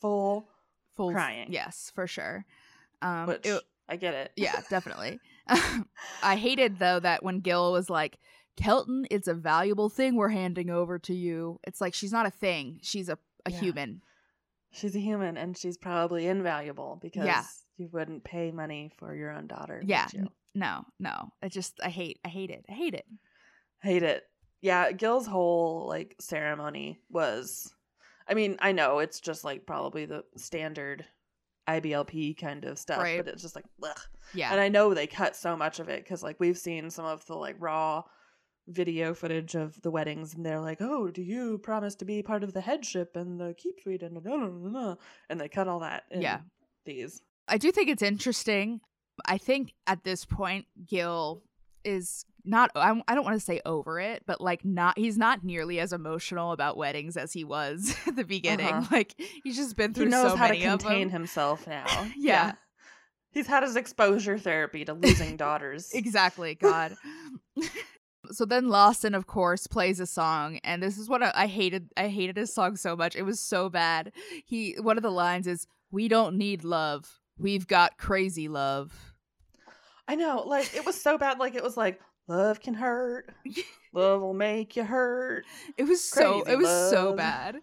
Speaker 1: full.
Speaker 2: full
Speaker 1: crying.
Speaker 2: Yes, for sure. Um
Speaker 1: which
Speaker 2: it-
Speaker 1: I get it.
Speaker 2: Yeah, definitely. <laughs> I hated though that when Gil was like, Kelton, it's a valuable thing we're handing over to you. It's like she's not a thing. She's a, a
Speaker 1: Yeah.
Speaker 2: human.
Speaker 1: <laughs> she's a human and she's probably invaluable because
Speaker 2: Yeah.
Speaker 1: you wouldn't pay money for your own daughter. would
Speaker 2: Yeah.
Speaker 1: you?
Speaker 2: No, no. I just I hate I hate it. I hate it.
Speaker 1: hate it. Yeah, Gil's whole like ceremony was. I mean, I know it's just like probably the standard IBLP kind of stuff,
Speaker 2: Right.
Speaker 1: but it's just like, ugh.
Speaker 2: Yeah.
Speaker 1: and I know they cut so much of it because like we've seen some of the like raw video footage of the weddings and they're like oh do you promise to be part of the headship and the keep sweet and da- da- da- da- da," and they cut all that in
Speaker 2: Yeah.
Speaker 1: these
Speaker 2: I do think it's interesting. I think at this point, Gil is not, I, I don't want to say over it, but like not, he's not nearly as emotional about weddings as he was <laughs> at the beginning.
Speaker 1: Uh-huh.
Speaker 2: Like he's just been
Speaker 1: he
Speaker 2: through
Speaker 1: knows
Speaker 2: so
Speaker 1: how to
Speaker 2: many of
Speaker 1: contain
Speaker 2: them.
Speaker 1: himself now
Speaker 2: <laughs> Yeah.
Speaker 1: he's had his exposure therapy to
Speaker 2: <laughs>
Speaker 1: losing daughters
Speaker 2: Exactly, God. <laughs> so then Lawson, of course, plays a song, and this is what I, I hated. I hated his song so much; it was so bad. He one of the lines is, "We don't need love, we've got crazy love."
Speaker 1: I know, like it was so bad. Like it was like love can
Speaker 2: <laughs>
Speaker 1: hurt. love will make you hurt.
Speaker 2: It was so
Speaker 1: Crazy
Speaker 2: it was so
Speaker 1: love.
Speaker 2: bad.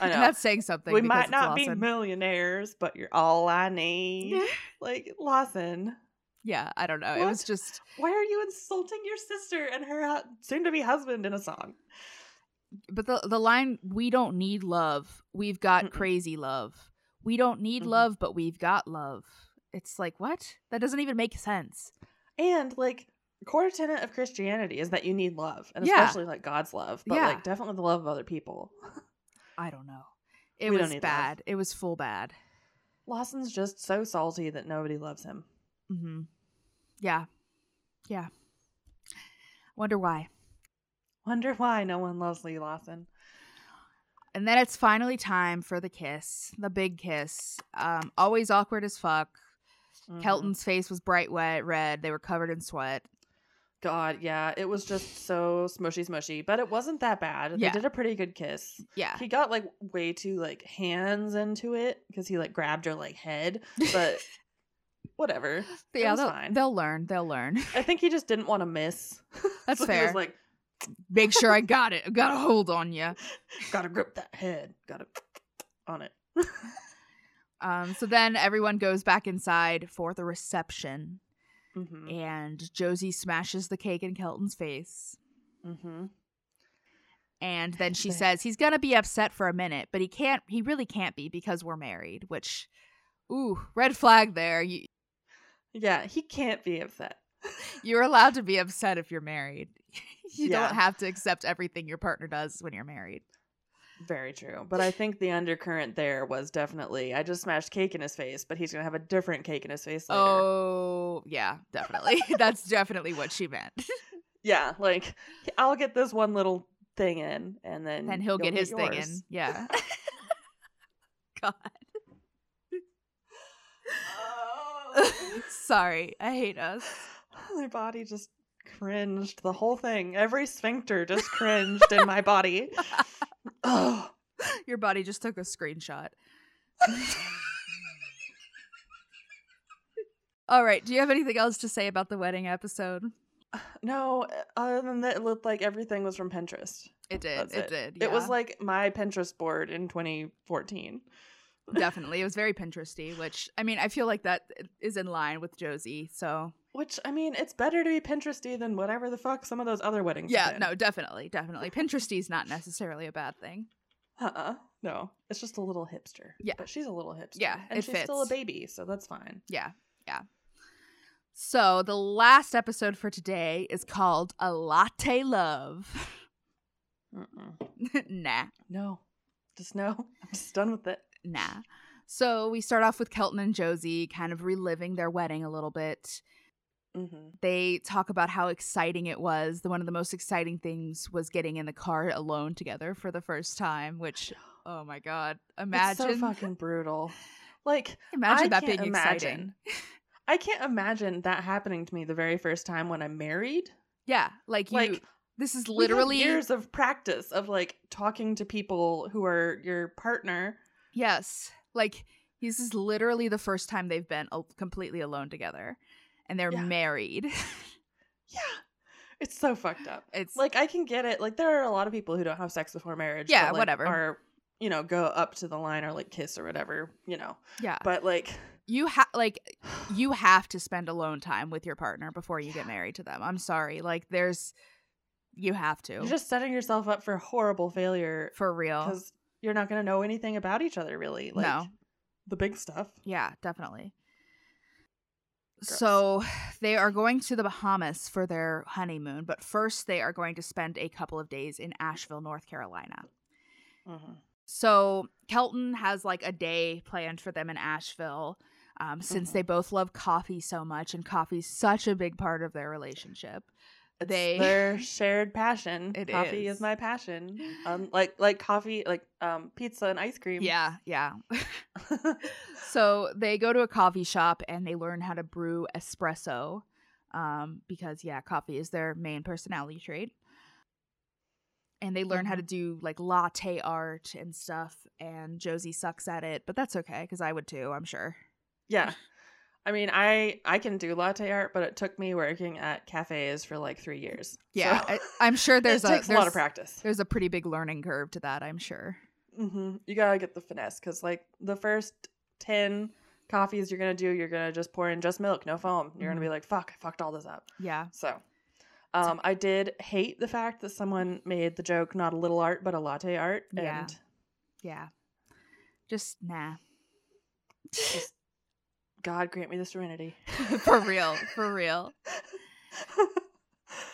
Speaker 1: I know.
Speaker 2: <laughs> And that's saying something.
Speaker 1: we
Speaker 2: because
Speaker 1: might
Speaker 2: it's
Speaker 1: not be
Speaker 2: Lawson.
Speaker 1: millionaires, but you're all I need. like Lawson,
Speaker 2: <laughs> yeah, I don't know. It
Speaker 1: What?
Speaker 2: was just
Speaker 1: why are you insulting your sister and her hu- soon-to-be husband in a song?
Speaker 2: but the the line we don't need love. We've got
Speaker 1: Mm-mm.
Speaker 2: crazy love. We don't need
Speaker 1: Mhm.
Speaker 2: love, but we've got love. It's like what? That doesn't even make sense.
Speaker 1: And like core tenet of Christianity is that you need love, and
Speaker 2: Yeah.
Speaker 1: especially like God's love, but
Speaker 2: Yeah.
Speaker 1: like definitely the love of other people.
Speaker 2: I don't know. It
Speaker 1: We don't
Speaker 2: was
Speaker 1: need love.
Speaker 2: bad. It was full bad.
Speaker 1: Lawson's just so salty that nobody loves him.
Speaker 2: Mm-hmm. Yeah. Yeah. Wonder why.
Speaker 1: Wonder why no one loves Lee Lawson.
Speaker 2: And then it's finally time for the kiss, the big kiss. Um, always awkward as fuck.
Speaker 1: Mhm.
Speaker 2: Kelton's face was bright wet red. They were covered in sweat.
Speaker 1: God, yeah, it was just so smushy, smushy, but it wasn't that bad.
Speaker 2: Yeah.
Speaker 1: They did a pretty good kiss.
Speaker 2: Yeah.
Speaker 1: He got like way too like hands into it because he like grabbed her like head, <laughs> <laughs> but whatever. it
Speaker 2: <laughs> yeah,
Speaker 1: was
Speaker 2: they'll,
Speaker 1: fine.
Speaker 2: they'll learn. They'll learn. <laughs>
Speaker 1: I think he just didn't want to miss. <laughs>
Speaker 2: That's
Speaker 1: so He
Speaker 2: fair.
Speaker 1: was like,
Speaker 2: Make sure I got it. I got a hold on you.
Speaker 1: gotta grip that head, gotta <laughs> on it.
Speaker 2: Um, so then everyone goes back inside for the reception,
Speaker 1: Mm-hmm.
Speaker 2: and Josie smashes the cake in Kelton's face.
Speaker 1: Mm-hmm.
Speaker 2: And then she
Speaker 1: Fair.
Speaker 2: says he's gonna be upset for a minute, but he can't. He really can't be because we're married. Which, ooh, red flag there. You
Speaker 1: Yeah, he can't be upset.
Speaker 2: you're allowed to be upset if you're married. <laughs> you
Speaker 1: Yeah.
Speaker 2: don't have to accept everything your partner does when you're married.
Speaker 1: Very true. But I think the undercurrent there was definitely I just smashed cake in his face, but he's gonna have a different cake in his face later.
Speaker 2: Oh yeah, definitely. <laughs> That's definitely what she meant.
Speaker 1: <laughs> Yeah, like I'll get this one little thing in, and then
Speaker 2: then he'll
Speaker 1: you'll
Speaker 2: get his thing in.
Speaker 1: yours.
Speaker 2: <laughs>
Speaker 1: <laughs>
Speaker 2: Yeah. Sorry, I hate us.
Speaker 1: my body just cringed the whole thing. Every sphincter just cringed in my
Speaker 2: <laughs>
Speaker 1: body. <laughs> Oh,
Speaker 2: Your body just took a screenshot. All right. Do you have anything else to say about the wedding episode?
Speaker 1: no! eh, Other than that, it looked like everything was from Pinterest.
Speaker 2: It did.
Speaker 1: That's
Speaker 2: it, did.
Speaker 1: It was
Speaker 2: yeah.
Speaker 1: like my Pinterest board in 2014.
Speaker 2: definitely. It was very Pinteresty, which I mean, I feel like that is in line with Josie. So
Speaker 1: Which I mean, it's better to be Pinteresty than whatever the fuck some of those other weddings. have
Speaker 2: yeah,
Speaker 1: been.
Speaker 2: no, definitely, definitely. Pinteresty is not necessarily a bad thing.
Speaker 1: Uh-uh. No. It's just a little hipster.
Speaker 2: Yeah.
Speaker 1: But she's a little hipster.
Speaker 2: Yeah,
Speaker 1: And
Speaker 2: it
Speaker 1: she's still a
Speaker 2: fits.
Speaker 1: baby, so that's fine.
Speaker 2: Yeah, yeah. So the last episode for today is called "A Latte Love." <laughs>
Speaker 1: Mm-mm.
Speaker 2: nah,
Speaker 1: No. Just no. <laughs> I'm just done with it.
Speaker 2: nah. So we start off with Kelton and Josie kind of reliving their wedding a little bit.
Speaker 1: Mm-hmm.
Speaker 2: They talk about how exciting it was. The one of the most exciting things was getting in the car alone together for the first time, which oh my god, imagine
Speaker 1: It's so fucking brutal. Like,
Speaker 2: imagine
Speaker 1: I
Speaker 2: that
Speaker 1: can't
Speaker 2: being exciting. <laughs>
Speaker 1: imagine. I can't imagine that happening to me the very first time when I'm married.
Speaker 2: Yeah, like you
Speaker 1: Like,
Speaker 2: this is
Speaker 1: we have
Speaker 2: literally
Speaker 1: years of practice of like talking to people who are your partner.
Speaker 2: Yes. Like this is literally the first time they've been al- completely alone together and they're
Speaker 1: Yeah.
Speaker 2: married. <laughs>
Speaker 1: Yeah. It's so fucked up.
Speaker 2: it's like
Speaker 1: like I can get it. Like there are a lot of people who don't have sex before marriage.
Speaker 2: Yeah,
Speaker 1: but, like,
Speaker 2: whatever.
Speaker 1: Are you know go up to the line or like kiss or whatever you know.
Speaker 2: yeah.
Speaker 1: But like,
Speaker 2: you have like you have to spend alone time with your partner before you get married to them. I'm sorry. Like there's you have to.
Speaker 1: you're just setting yourself up for horrible failure
Speaker 2: for real.
Speaker 1: because you're not going to know anything about each other really. Like,
Speaker 2: no.
Speaker 1: the big stuff.
Speaker 2: Yeah, definitely.
Speaker 1: Gross.
Speaker 2: So they are going to the Bahamas for their honeymoon, but first they are going to spend a couple of days in Asheville, North Carolina.
Speaker 1: Mhm.
Speaker 2: So Kelton has like a day planned for them in Asheville. Um, since
Speaker 1: Mhm.
Speaker 2: they both love coffee so much, and coffee's such a big part of their relationship,
Speaker 1: It's
Speaker 2: They-
Speaker 1: their shared passion.
Speaker 2: <laughs> It
Speaker 1: coffee is.
Speaker 2: is.
Speaker 1: my
Speaker 2: <gasps>
Speaker 1: passion. Um, like like coffee, like um, pizza and ice cream.
Speaker 2: yeah, yeah.
Speaker 1: Mhm.
Speaker 2: So they go to a coffee shop and they learn how to brew espresso, um, because yeah, coffee is their main personality trait. And they learn how to
Speaker 1: Mm-hmm.
Speaker 2: do like latte art and <laughs> stuff. And Josie sucks at it, but that's okay because I would too, I'm sure.
Speaker 1: yeah. <laughs> I mean, I I can do latte art, but it took me working at cafes for like three years.
Speaker 2: Yeah,
Speaker 1: So,
Speaker 2: I, am sure there's
Speaker 1: <laughs> it takes a
Speaker 2: there's,
Speaker 1: lot of practice.
Speaker 2: There's a pretty big learning curve to that, I'm sure.
Speaker 1: hmm You gotta get the finesse because like the first ten coffees you're gonna do, you're gonna just pour in just milk, no foam. You're
Speaker 2: Mm-hmm.
Speaker 1: gonna be like, fuck, I fucked all this up.
Speaker 2: Yeah.
Speaker 1: So, um, I did hate the fact that someone made the joke not a little art but a latte art,
Speaker 2: Yeah.
Speaker 1: and
Speaker 2: Yeah. Just
Speaker 1: <laughs>
Speaker 2: nah.
Speaker 1: God grant me the serenity.
Speaker 2: <laughs> for real. For real.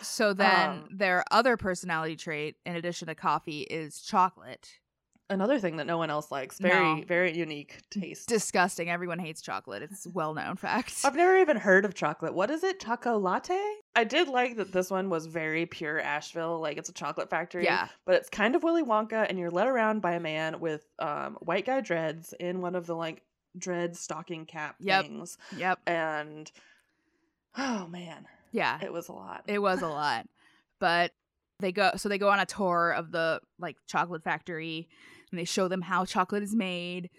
Speaker 2: So then
Speaker 1: Um,
Speaker 2: their other personality trait in addition to coffee is chocolate.
Speaker 1: <laughs> Another thing that no one else likes. Very,
Speaker 2: No.
Speaker 1: very unique taste.
Speaker 2: Disgusting. Everyone hates chocolate. It's well known fact.
Speaker 1: I've never even heard of chocolate. What is it? Choco latte? I did like that this one was very pure Asheville. Like it's a chocolate factory.
Speaker 2: Yeah.
Speaker 1: But it's kind of Willy Wonka and you're led around by a man with um white guy dreads in one of the like dread stocking cap
Speaker 2: Yep.
Speaker 1: things.
Speaker 2: Yep.
Speaker 1: And oh man. <laughs>
Speaker 2: Yeah.
Speaker 1: It was a lot.
Speaker 2: It was a lot. But they go so they go on a tour of the like chocolate factory and they show them how chocolate is made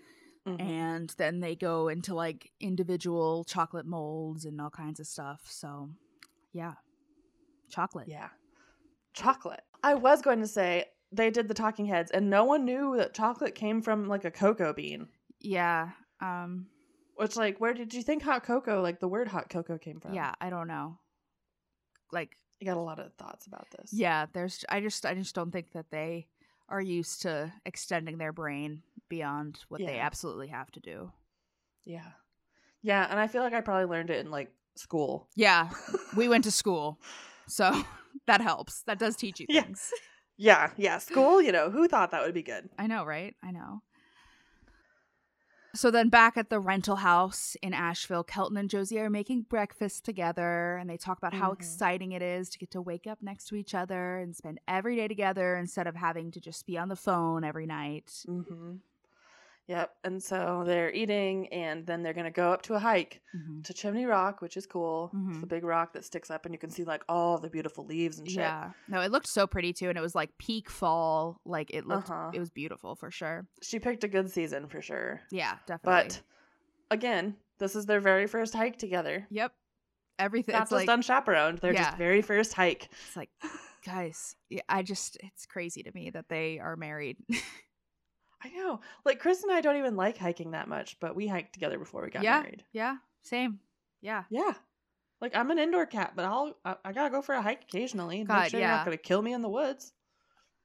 Speaker 1: Mhm.
Speaker 2: and then they go into like individual chocolate molds and all kinds of stuff. So, yeah. Chocolate.
Speaker 1: Yeah. Chocolate. I was going to say they did the talking heads and no one knew that chocolate came from like a cocoa bean.
Speaker 2: Yeah. Um
Speaker 1: Which like where did you think hot cocoa like the word hot cocoa came from?
Speaker 2: yeah, I don't know. Like
Speaker 1: I got a lot of thoughts about this.
Speaker 2: yeah, there's I just I just don't think that they are used to extending their brain beyond what they
Speaker 1: Yeah.
Speaker 2: absolutely have to do.
Speaker 1: Yeah. Yeah. And I feel like I probably learned it in like school.
Speaker 2: Yeah, we went to <laughs> school. So <laughs> that helps. That does teach you
Speaker 1: Yeah.
Speaker 2: things.
Speaker 1: Yeah. Yeah. School, <laughs> you know, who thought that would be good?
Speaker 2: I know, right? I know. So then back at the rental house in Asheville, Kelton and Josie are making breakfast together and they talk about how
Speaker 1: Mhm.
Speaker 2: exciting it is to get to wake up next to each other and spend every day together instead of having to just be on the phone every night.
Speaker 1: Mm-hmm. Yep. And so they're eating and then they're going to go up to a hike
Speaker 2: Mm-hmm.
Speaker 1: to Chimney Rock, which is cool. It's the big rock that sticks up and you can see like all the beautiful leaves and shit.
Speaker 2: Yeah. No, it looked so pretty too and it was like peak fall, like it looked
Speaker 1: Uh-huh.
Speaker 2: it was beautiful for sure.
Speaker 1: She picked a good season for sure.
Speaker 2: Yeah, definitely.
Speaker 1: But again, this is their very first hike together.
Speaker 2: yep. Everything
Speaker 1: Not
Speaker 2: it's
Speaker 1: just
Speaker 2: like
Speaker 1: unchaperoned. They're
Speaker 2: Yeah.
Speaker 1: just very first hike.
Speaker 2: It's like, guys, yeah, I just, it's crazy to me that they are married. <laughs>
Speaker 1: I know. Like Chris and I don't even like hiking that much, but we hiked together before we got
Speaker 2: Yeah.
Speaker 1: married.
Speaker 2: yeah, same. Yeah.
Speaker 1: Yeah. Like I'm an indoor cat, but I'll I, I gotta go for a hike occasionally.
Speaker 2: God,
Speaker 1: Make sure you're
Speaker 2: yeah.
Speaker 1: not gonna kill me in the woods.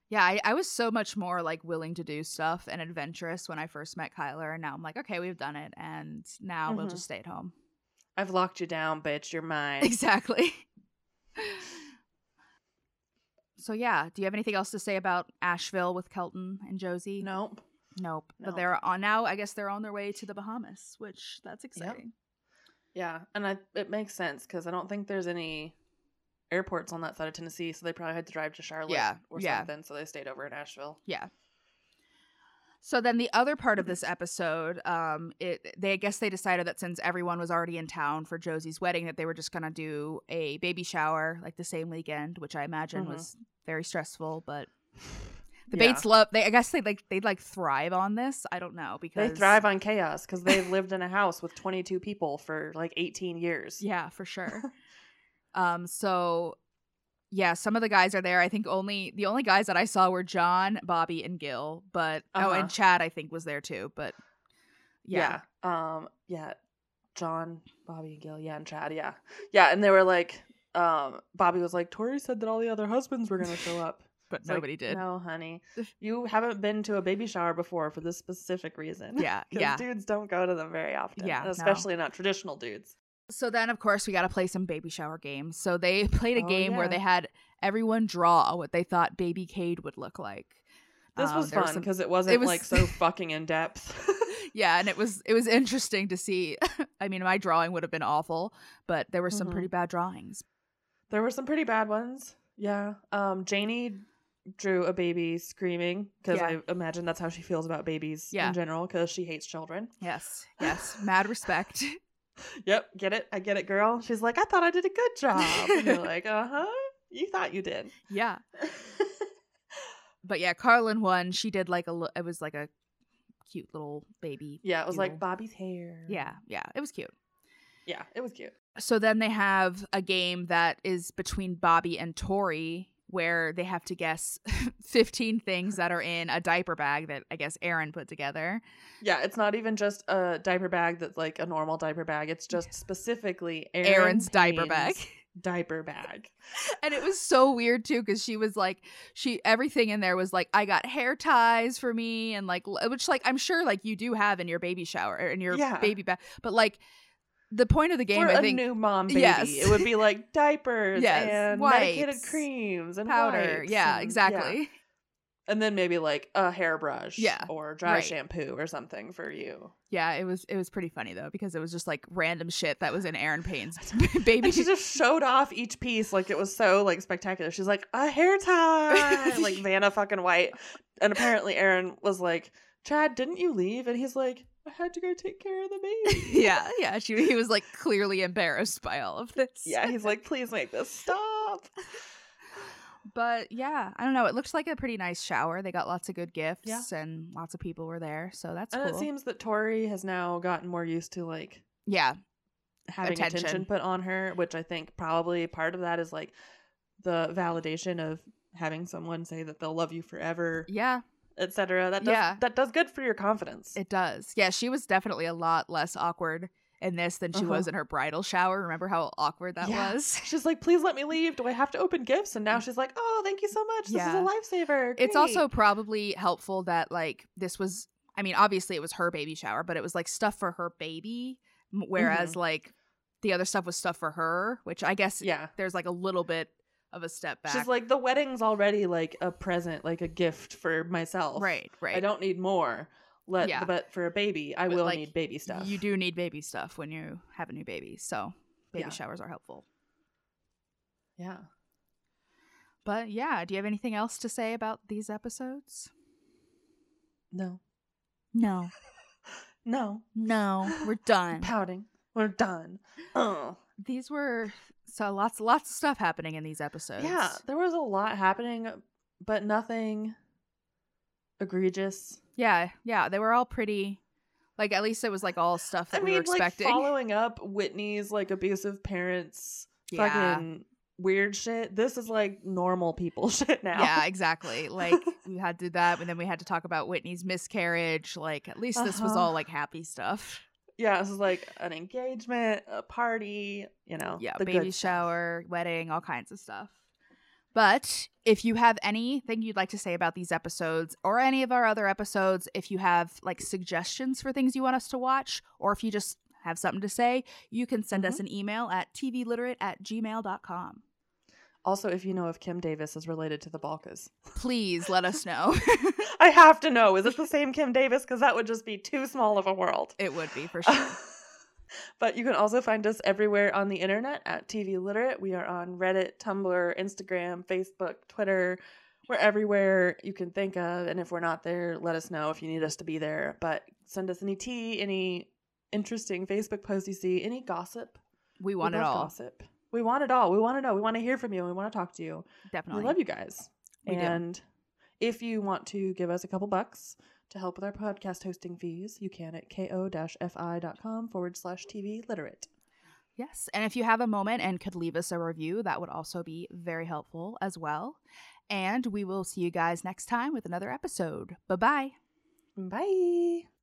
Speaker 2: Yeah, I, I was so much more like willing to do stuff and adventurous when I first met Kyler. And now I'm like, okay, we've done it. And now we'll
Speaker 1: Mhm.
Speaker 2: just stay at home. <laughs>
Speaker 1: I've locked you down, bitch. You're mine.
Speaker 2: Exactly. so, yeah, do you have anything else to say about Asheville with Kelton and Josie?
Speaker 1: <laughs> nope.
Speaker 2: Nope. But
Speaker 1: Nope.
Speaker 2: they're on now, I guess they're on their way to the Bahamas, which that's exciting.
Speaker 1: Yeah, and I, it makes sense because I don't think there's any airports on that side of Tennessee, so they probably had to drive to Charlotte
Speaker 2: Yeah,
Speaker 1: or
Speaker 2: yeah.
Speaker 1: something. So they stayed over in Asheville.
Speaker 2: Yeah. So then the other part of this
Speaker 1: Mm-hmm.
Speaker 2: episode, um, it they I guess they decided that since everyone was already in town for Josie's wedding, that they were just gonna do a baby shower like the same weekend, which I imagine
Speaker 1: Mhm.
Speaker 2: was very stressful. But the
Speaker 1: Yeah.
Speaker 2: Bates love they I guess they like they like thrive on this. I don't know because
Speaker 1: They thrive on chaos because they've lived in a house with 22 people for like 18 years.
Speaker 2: Yeah,
Speaker 1: <laughs>
Speaker 2: for sure. um, so yeah, some of the guys are there. I think only the only guys that I saw were John, Bobby, and Gil. But oh,
Speaker 1: Uh-huh.
Speaker 2: and Chad I think was there too. But yeah.
Speaker 1: yeah. Um yeah. John, Bobby, and Gil, yeah, and Chad, yeah. Yeah, and they were like um Bobby was like, Tori said that all the other husbands were gonna show up.
Speaker 2: but
Speaker 1: It's like,
Speaker 2: nobody did.
Speaker 1: No, <laughs>
Speaker 2: <laughs>
Speaker 1: honey. You haven't been to a baby shower before for this specific reason.
Speaker 2: Yeah,
Speaker 1: <laughs> 'Cause
Speaker 2: yeah.
Speaker 1: Dudes don't go to them very often.
Speaker 2: Yeah,
Speaker 1: and
Speaker 2: no.
Speaker 1: Especially not traditional dudes.
Speaker 2: So then, of course, we got to play some baby shower games. So they <laughs> played a
Speaker 1: Oh,
Speaker 2: game where
Speaker 1: yeah.
Speaker 2: they had everyone draw what they thought baby Cade would look like.
Speaker 1: This
Speaker 2: Um,
Speaker 1: was
Speaker 2: there
Speaker 1: fun
Speaker 2: some-
Speaker 1: because it wasn't
Speaker 2: was-
Speaker 1: like so fucking in
Speaker 2: <laughs>
Speaker 1: depth. <laughs>
Speaker 2: yeah, and it was it was interesting to see. <laughs> I mean, my drawing would have been awful, but there were some
Speaker 1: Mhm.
Speaker 2: pretty bad drawings.
Speaker 1: there were some pretty bad ones. Yeah. Um Janie drew a baby screaming because
Speaker 2: Yeah.
Speaker 1: I imagine that's how she feels about babies
Speaker 2: Yeah.
Speaker 1: in general because she hates children.
Speaker 2: Yes, yes, mad respect. <laughs>
Speaker 1: Yep, get it? I get it, girl. She's like, I thought I did a good <laughs> job. And you're like, uh huh. You thought you <laughs> did.
Speaker 2: yeah, but yeah, Carlin won. She did like a li- it was like a cute little baby.
Speaker 1: yeah, it was
Speaker 2: Ew.
Speaker 1: like Bobby's hair.
Speaker 2: Yeah, yeah, it was cute.
Speaker 1: Yeah, it was cute.
Speaker 2: So then they have a game that is between Bobby and Tori where they have to guess <laughs> 15 things that are in a diaper bag that I guess Aaron put together.
Speaker 1: Yeah, it's not even just a diaper bag that's like a normal diaper bag. It's just specifically Aaron
Speaker 2: Aaron's diaper
Speaker 1: Payne's <laughs>
Speaker 2: <laughs> bag.
Speaker 1: Diaper bag.
Speaker 2: And it was so weird too cuz she was like she everything in there was like I got hair ties for me and like l- which like I'm sure like you do have in your baby shower or in your
Speaker 1: Yeah.
Speaker 2: baby bag. But like the point of the game
Speaker 1: For
Speaker 2: I
Speaker 1: a
Speaker 2: think
Speaker 1: new mom baby,
Speaker 2: Yes.
Speaker 1: it would be
Speaker 2: <laughs>
Speaker 1: like diapers
Speaker 2: Yes,
Speaker 1: and medicated
Speaker 2: wipes,
Speaker 1: creams and
Speaker 2: powder.
Speaker 1: wipes
Speaker 2: Yeah,
Speaker 1: and-
Speaker 2: exactly. <laughs>
Speaker 1: And then maybe like a hairbrush
Speaker 2: Yeah,
Speaker 1: or dry
Speaker 2: right.
Speaker 1: shampoo or something for
Speaker 2: <laughs>
Speaker 1: you.
Speaker 2: Yeah, it was it was pretty funny though because it was just like random shit that was in Aaron Payne's baby.
Speaker 1: <laughs> And she just showed off each piece like it was so like spectacular. She's like a hair tie,
Speaker 2: <laughs>
Speaker 1: like Vanna fucking White. And apparently Aaron was like, "Chad, didn't you leave?" And he's like, "I had to go take care of the
Speaker 2: <laughs>
Speaker 1: baby."
Speaker 2: <laughs> yeah, yeah. She he was like clearly embarrassed by all of this.
Speaker 1: yeah, he's like, "Please make this stop."
Speaker 2: But yeah, I don't know. It looked like a pretty nice shower. They got lots of good gifts
Speaker 1: Yeah.
Speaker 2: and lots of people were there. So that's
Speaker 1: and
Speaker 2: cool.
Speaker 1: it seems that Tori has now gotten more used to like
Speaker 2: yeah.
Speaker 1: having attention.
Speaker 2: Attention.
Speaker 1: put on her, which I think probably part of that is like the validation of having someone say that they'll love you forever,
Speaker 2: Yeah,
Speaker 1: etc. That does
Speaker 2: Yeah.
Speaker 1: that does good for your confidence.
Speaker 2: it does. Yeah, she was definitely a lot less awkward in this than she
Speaker 1: Uh-huh.
Speaker 2: was in her bridal shower. Remember how awkward that
Speaker 1: Yeah.
Speaker 2: was?
Speaker 1: She's like, please let me leave. Do I have to open gifts? And now she's like, oh, thank you so much. This
Speaker 2: Mm. Yeah.
Speaker 1: is a lifesaver.
Speaker 2: It's
Speaker 1: Great."
Speaker 2: also probably helpful that like this was I mean, obviously it was her baby shower, but it was like stuff for her baby m- whereas like the other stuff was stuff for her, which I guess
Speaker 1: Mm-hmm. yeah.
Speaker 2: there's like a little bit of a step back.
Speaker 1: She's like, the wedding's already like a present, like a gift for myself.
Speaker 2: right, right.
Speaker 1: I don't need more. Let
Speaker 2: Yeah.
Speaker 1: but for a baby, I
Speaker 2: But,
Speaker 1: will
Speaker 2: like,
Speaker 1: need baby stuff.
Speaker 2: You do need baby stuff when you have a new baby, so baby
Speaker 1: Yeah.
Speaker 2: showers are helpful.
Speaker 1: Yeah.
Speaker 2: But yeah, do you have anything else to say about these episodes?
Speaker 1: No.
Speaker 2: No,
Speaker 1: No.
Speaker 2: no,
Speaker 1: <gasps>
Speaker 2: we're done.
Speaker 1: Pouting. We're
Speaker 2: <laughs>
Speaker 1: done. Oh.
Speaker 2: These were so lots, lots of stuff happening in these episodes.
Speaker 1: Yeah. There was a lot happening, but nothing egregious.
Speaker 2: yeah, yeah. They were all pretty. Like at least it was like all stuff
Speaker 1: I
Speaker 2: that we
Speaker 1: mean,
Speaker 2: were expecting.
Speaker 1: like following up Whitney's like abusive parents
Speaker 2: yeah,
Speaker 1: fucking weird shit. This is like normal people <laughs> shit now.
Speaker 2: yeah, exactly.
Speaker 1: <laughs>
Speaker 2: Like we had to do that, and then we had to talk about Whitney's miscarriage. Like at least this was
Speaker 1: Uh-huh.
Speaker 2: all like happy stuff.
Speaker 1: yeah, this is like an engagement, a party, you know.
Speaker 2: yeah
Speaker 1: Oh, the good
Speaker 2: baby
Speaker 1: stuff.
Speaker 2: shower wedding all kinds of stuff but if you have anything you'd like to say about these episodes or any of our other episodes if you have like suggestions for things you want us to watch or if you just have something to say you can send
Speaker 1: Mm-hmm.
Speaker 2: us an email at tvliterate at gmail.com
Speaker 1: Also, if you know if Kim Davis is related to the <laughs> Balkas,
Speaker 2: please let
Speaker 1: <laughs>
Speaker 2: us know
Speaker 1: I have to know. Is it the same Kim Davis? Because that would just be too small of a world.
Speaker 2: it would be
Speaker 1: <laughs>
Speaker 2: for sure
Speaker 1: but you can also find us everywhere on the internet at TV Literate. We are on Reddit, Tumblr, Instagram, Facebook, Twitter. We're everywhere you can think of. And if we're not there, let us know if you need us to be there. But send us any tea, any interesting Facebook posts you see, any gossip.
Speaker 2: we want it
Speaker 1: love
Speaker 2: all
Speaker 1: Gossip. We want it all. We want to know. We want to hear from you. We want to talk to you.
Speaker 2: definitely
Speaker 1: We love you guys.
Speaker 2: We do.
Speaker 1: and if you want to give us a couple bucks to help with our podcast hosting fees, you can at ko-fi.com forward slash TV literate.
Speaker 2: Yes. And if you have a moment and could leave us a review, that would also be very helpful as well. And we will see you guys next time with another episode. Bye bye.
Speaker 1: Bye.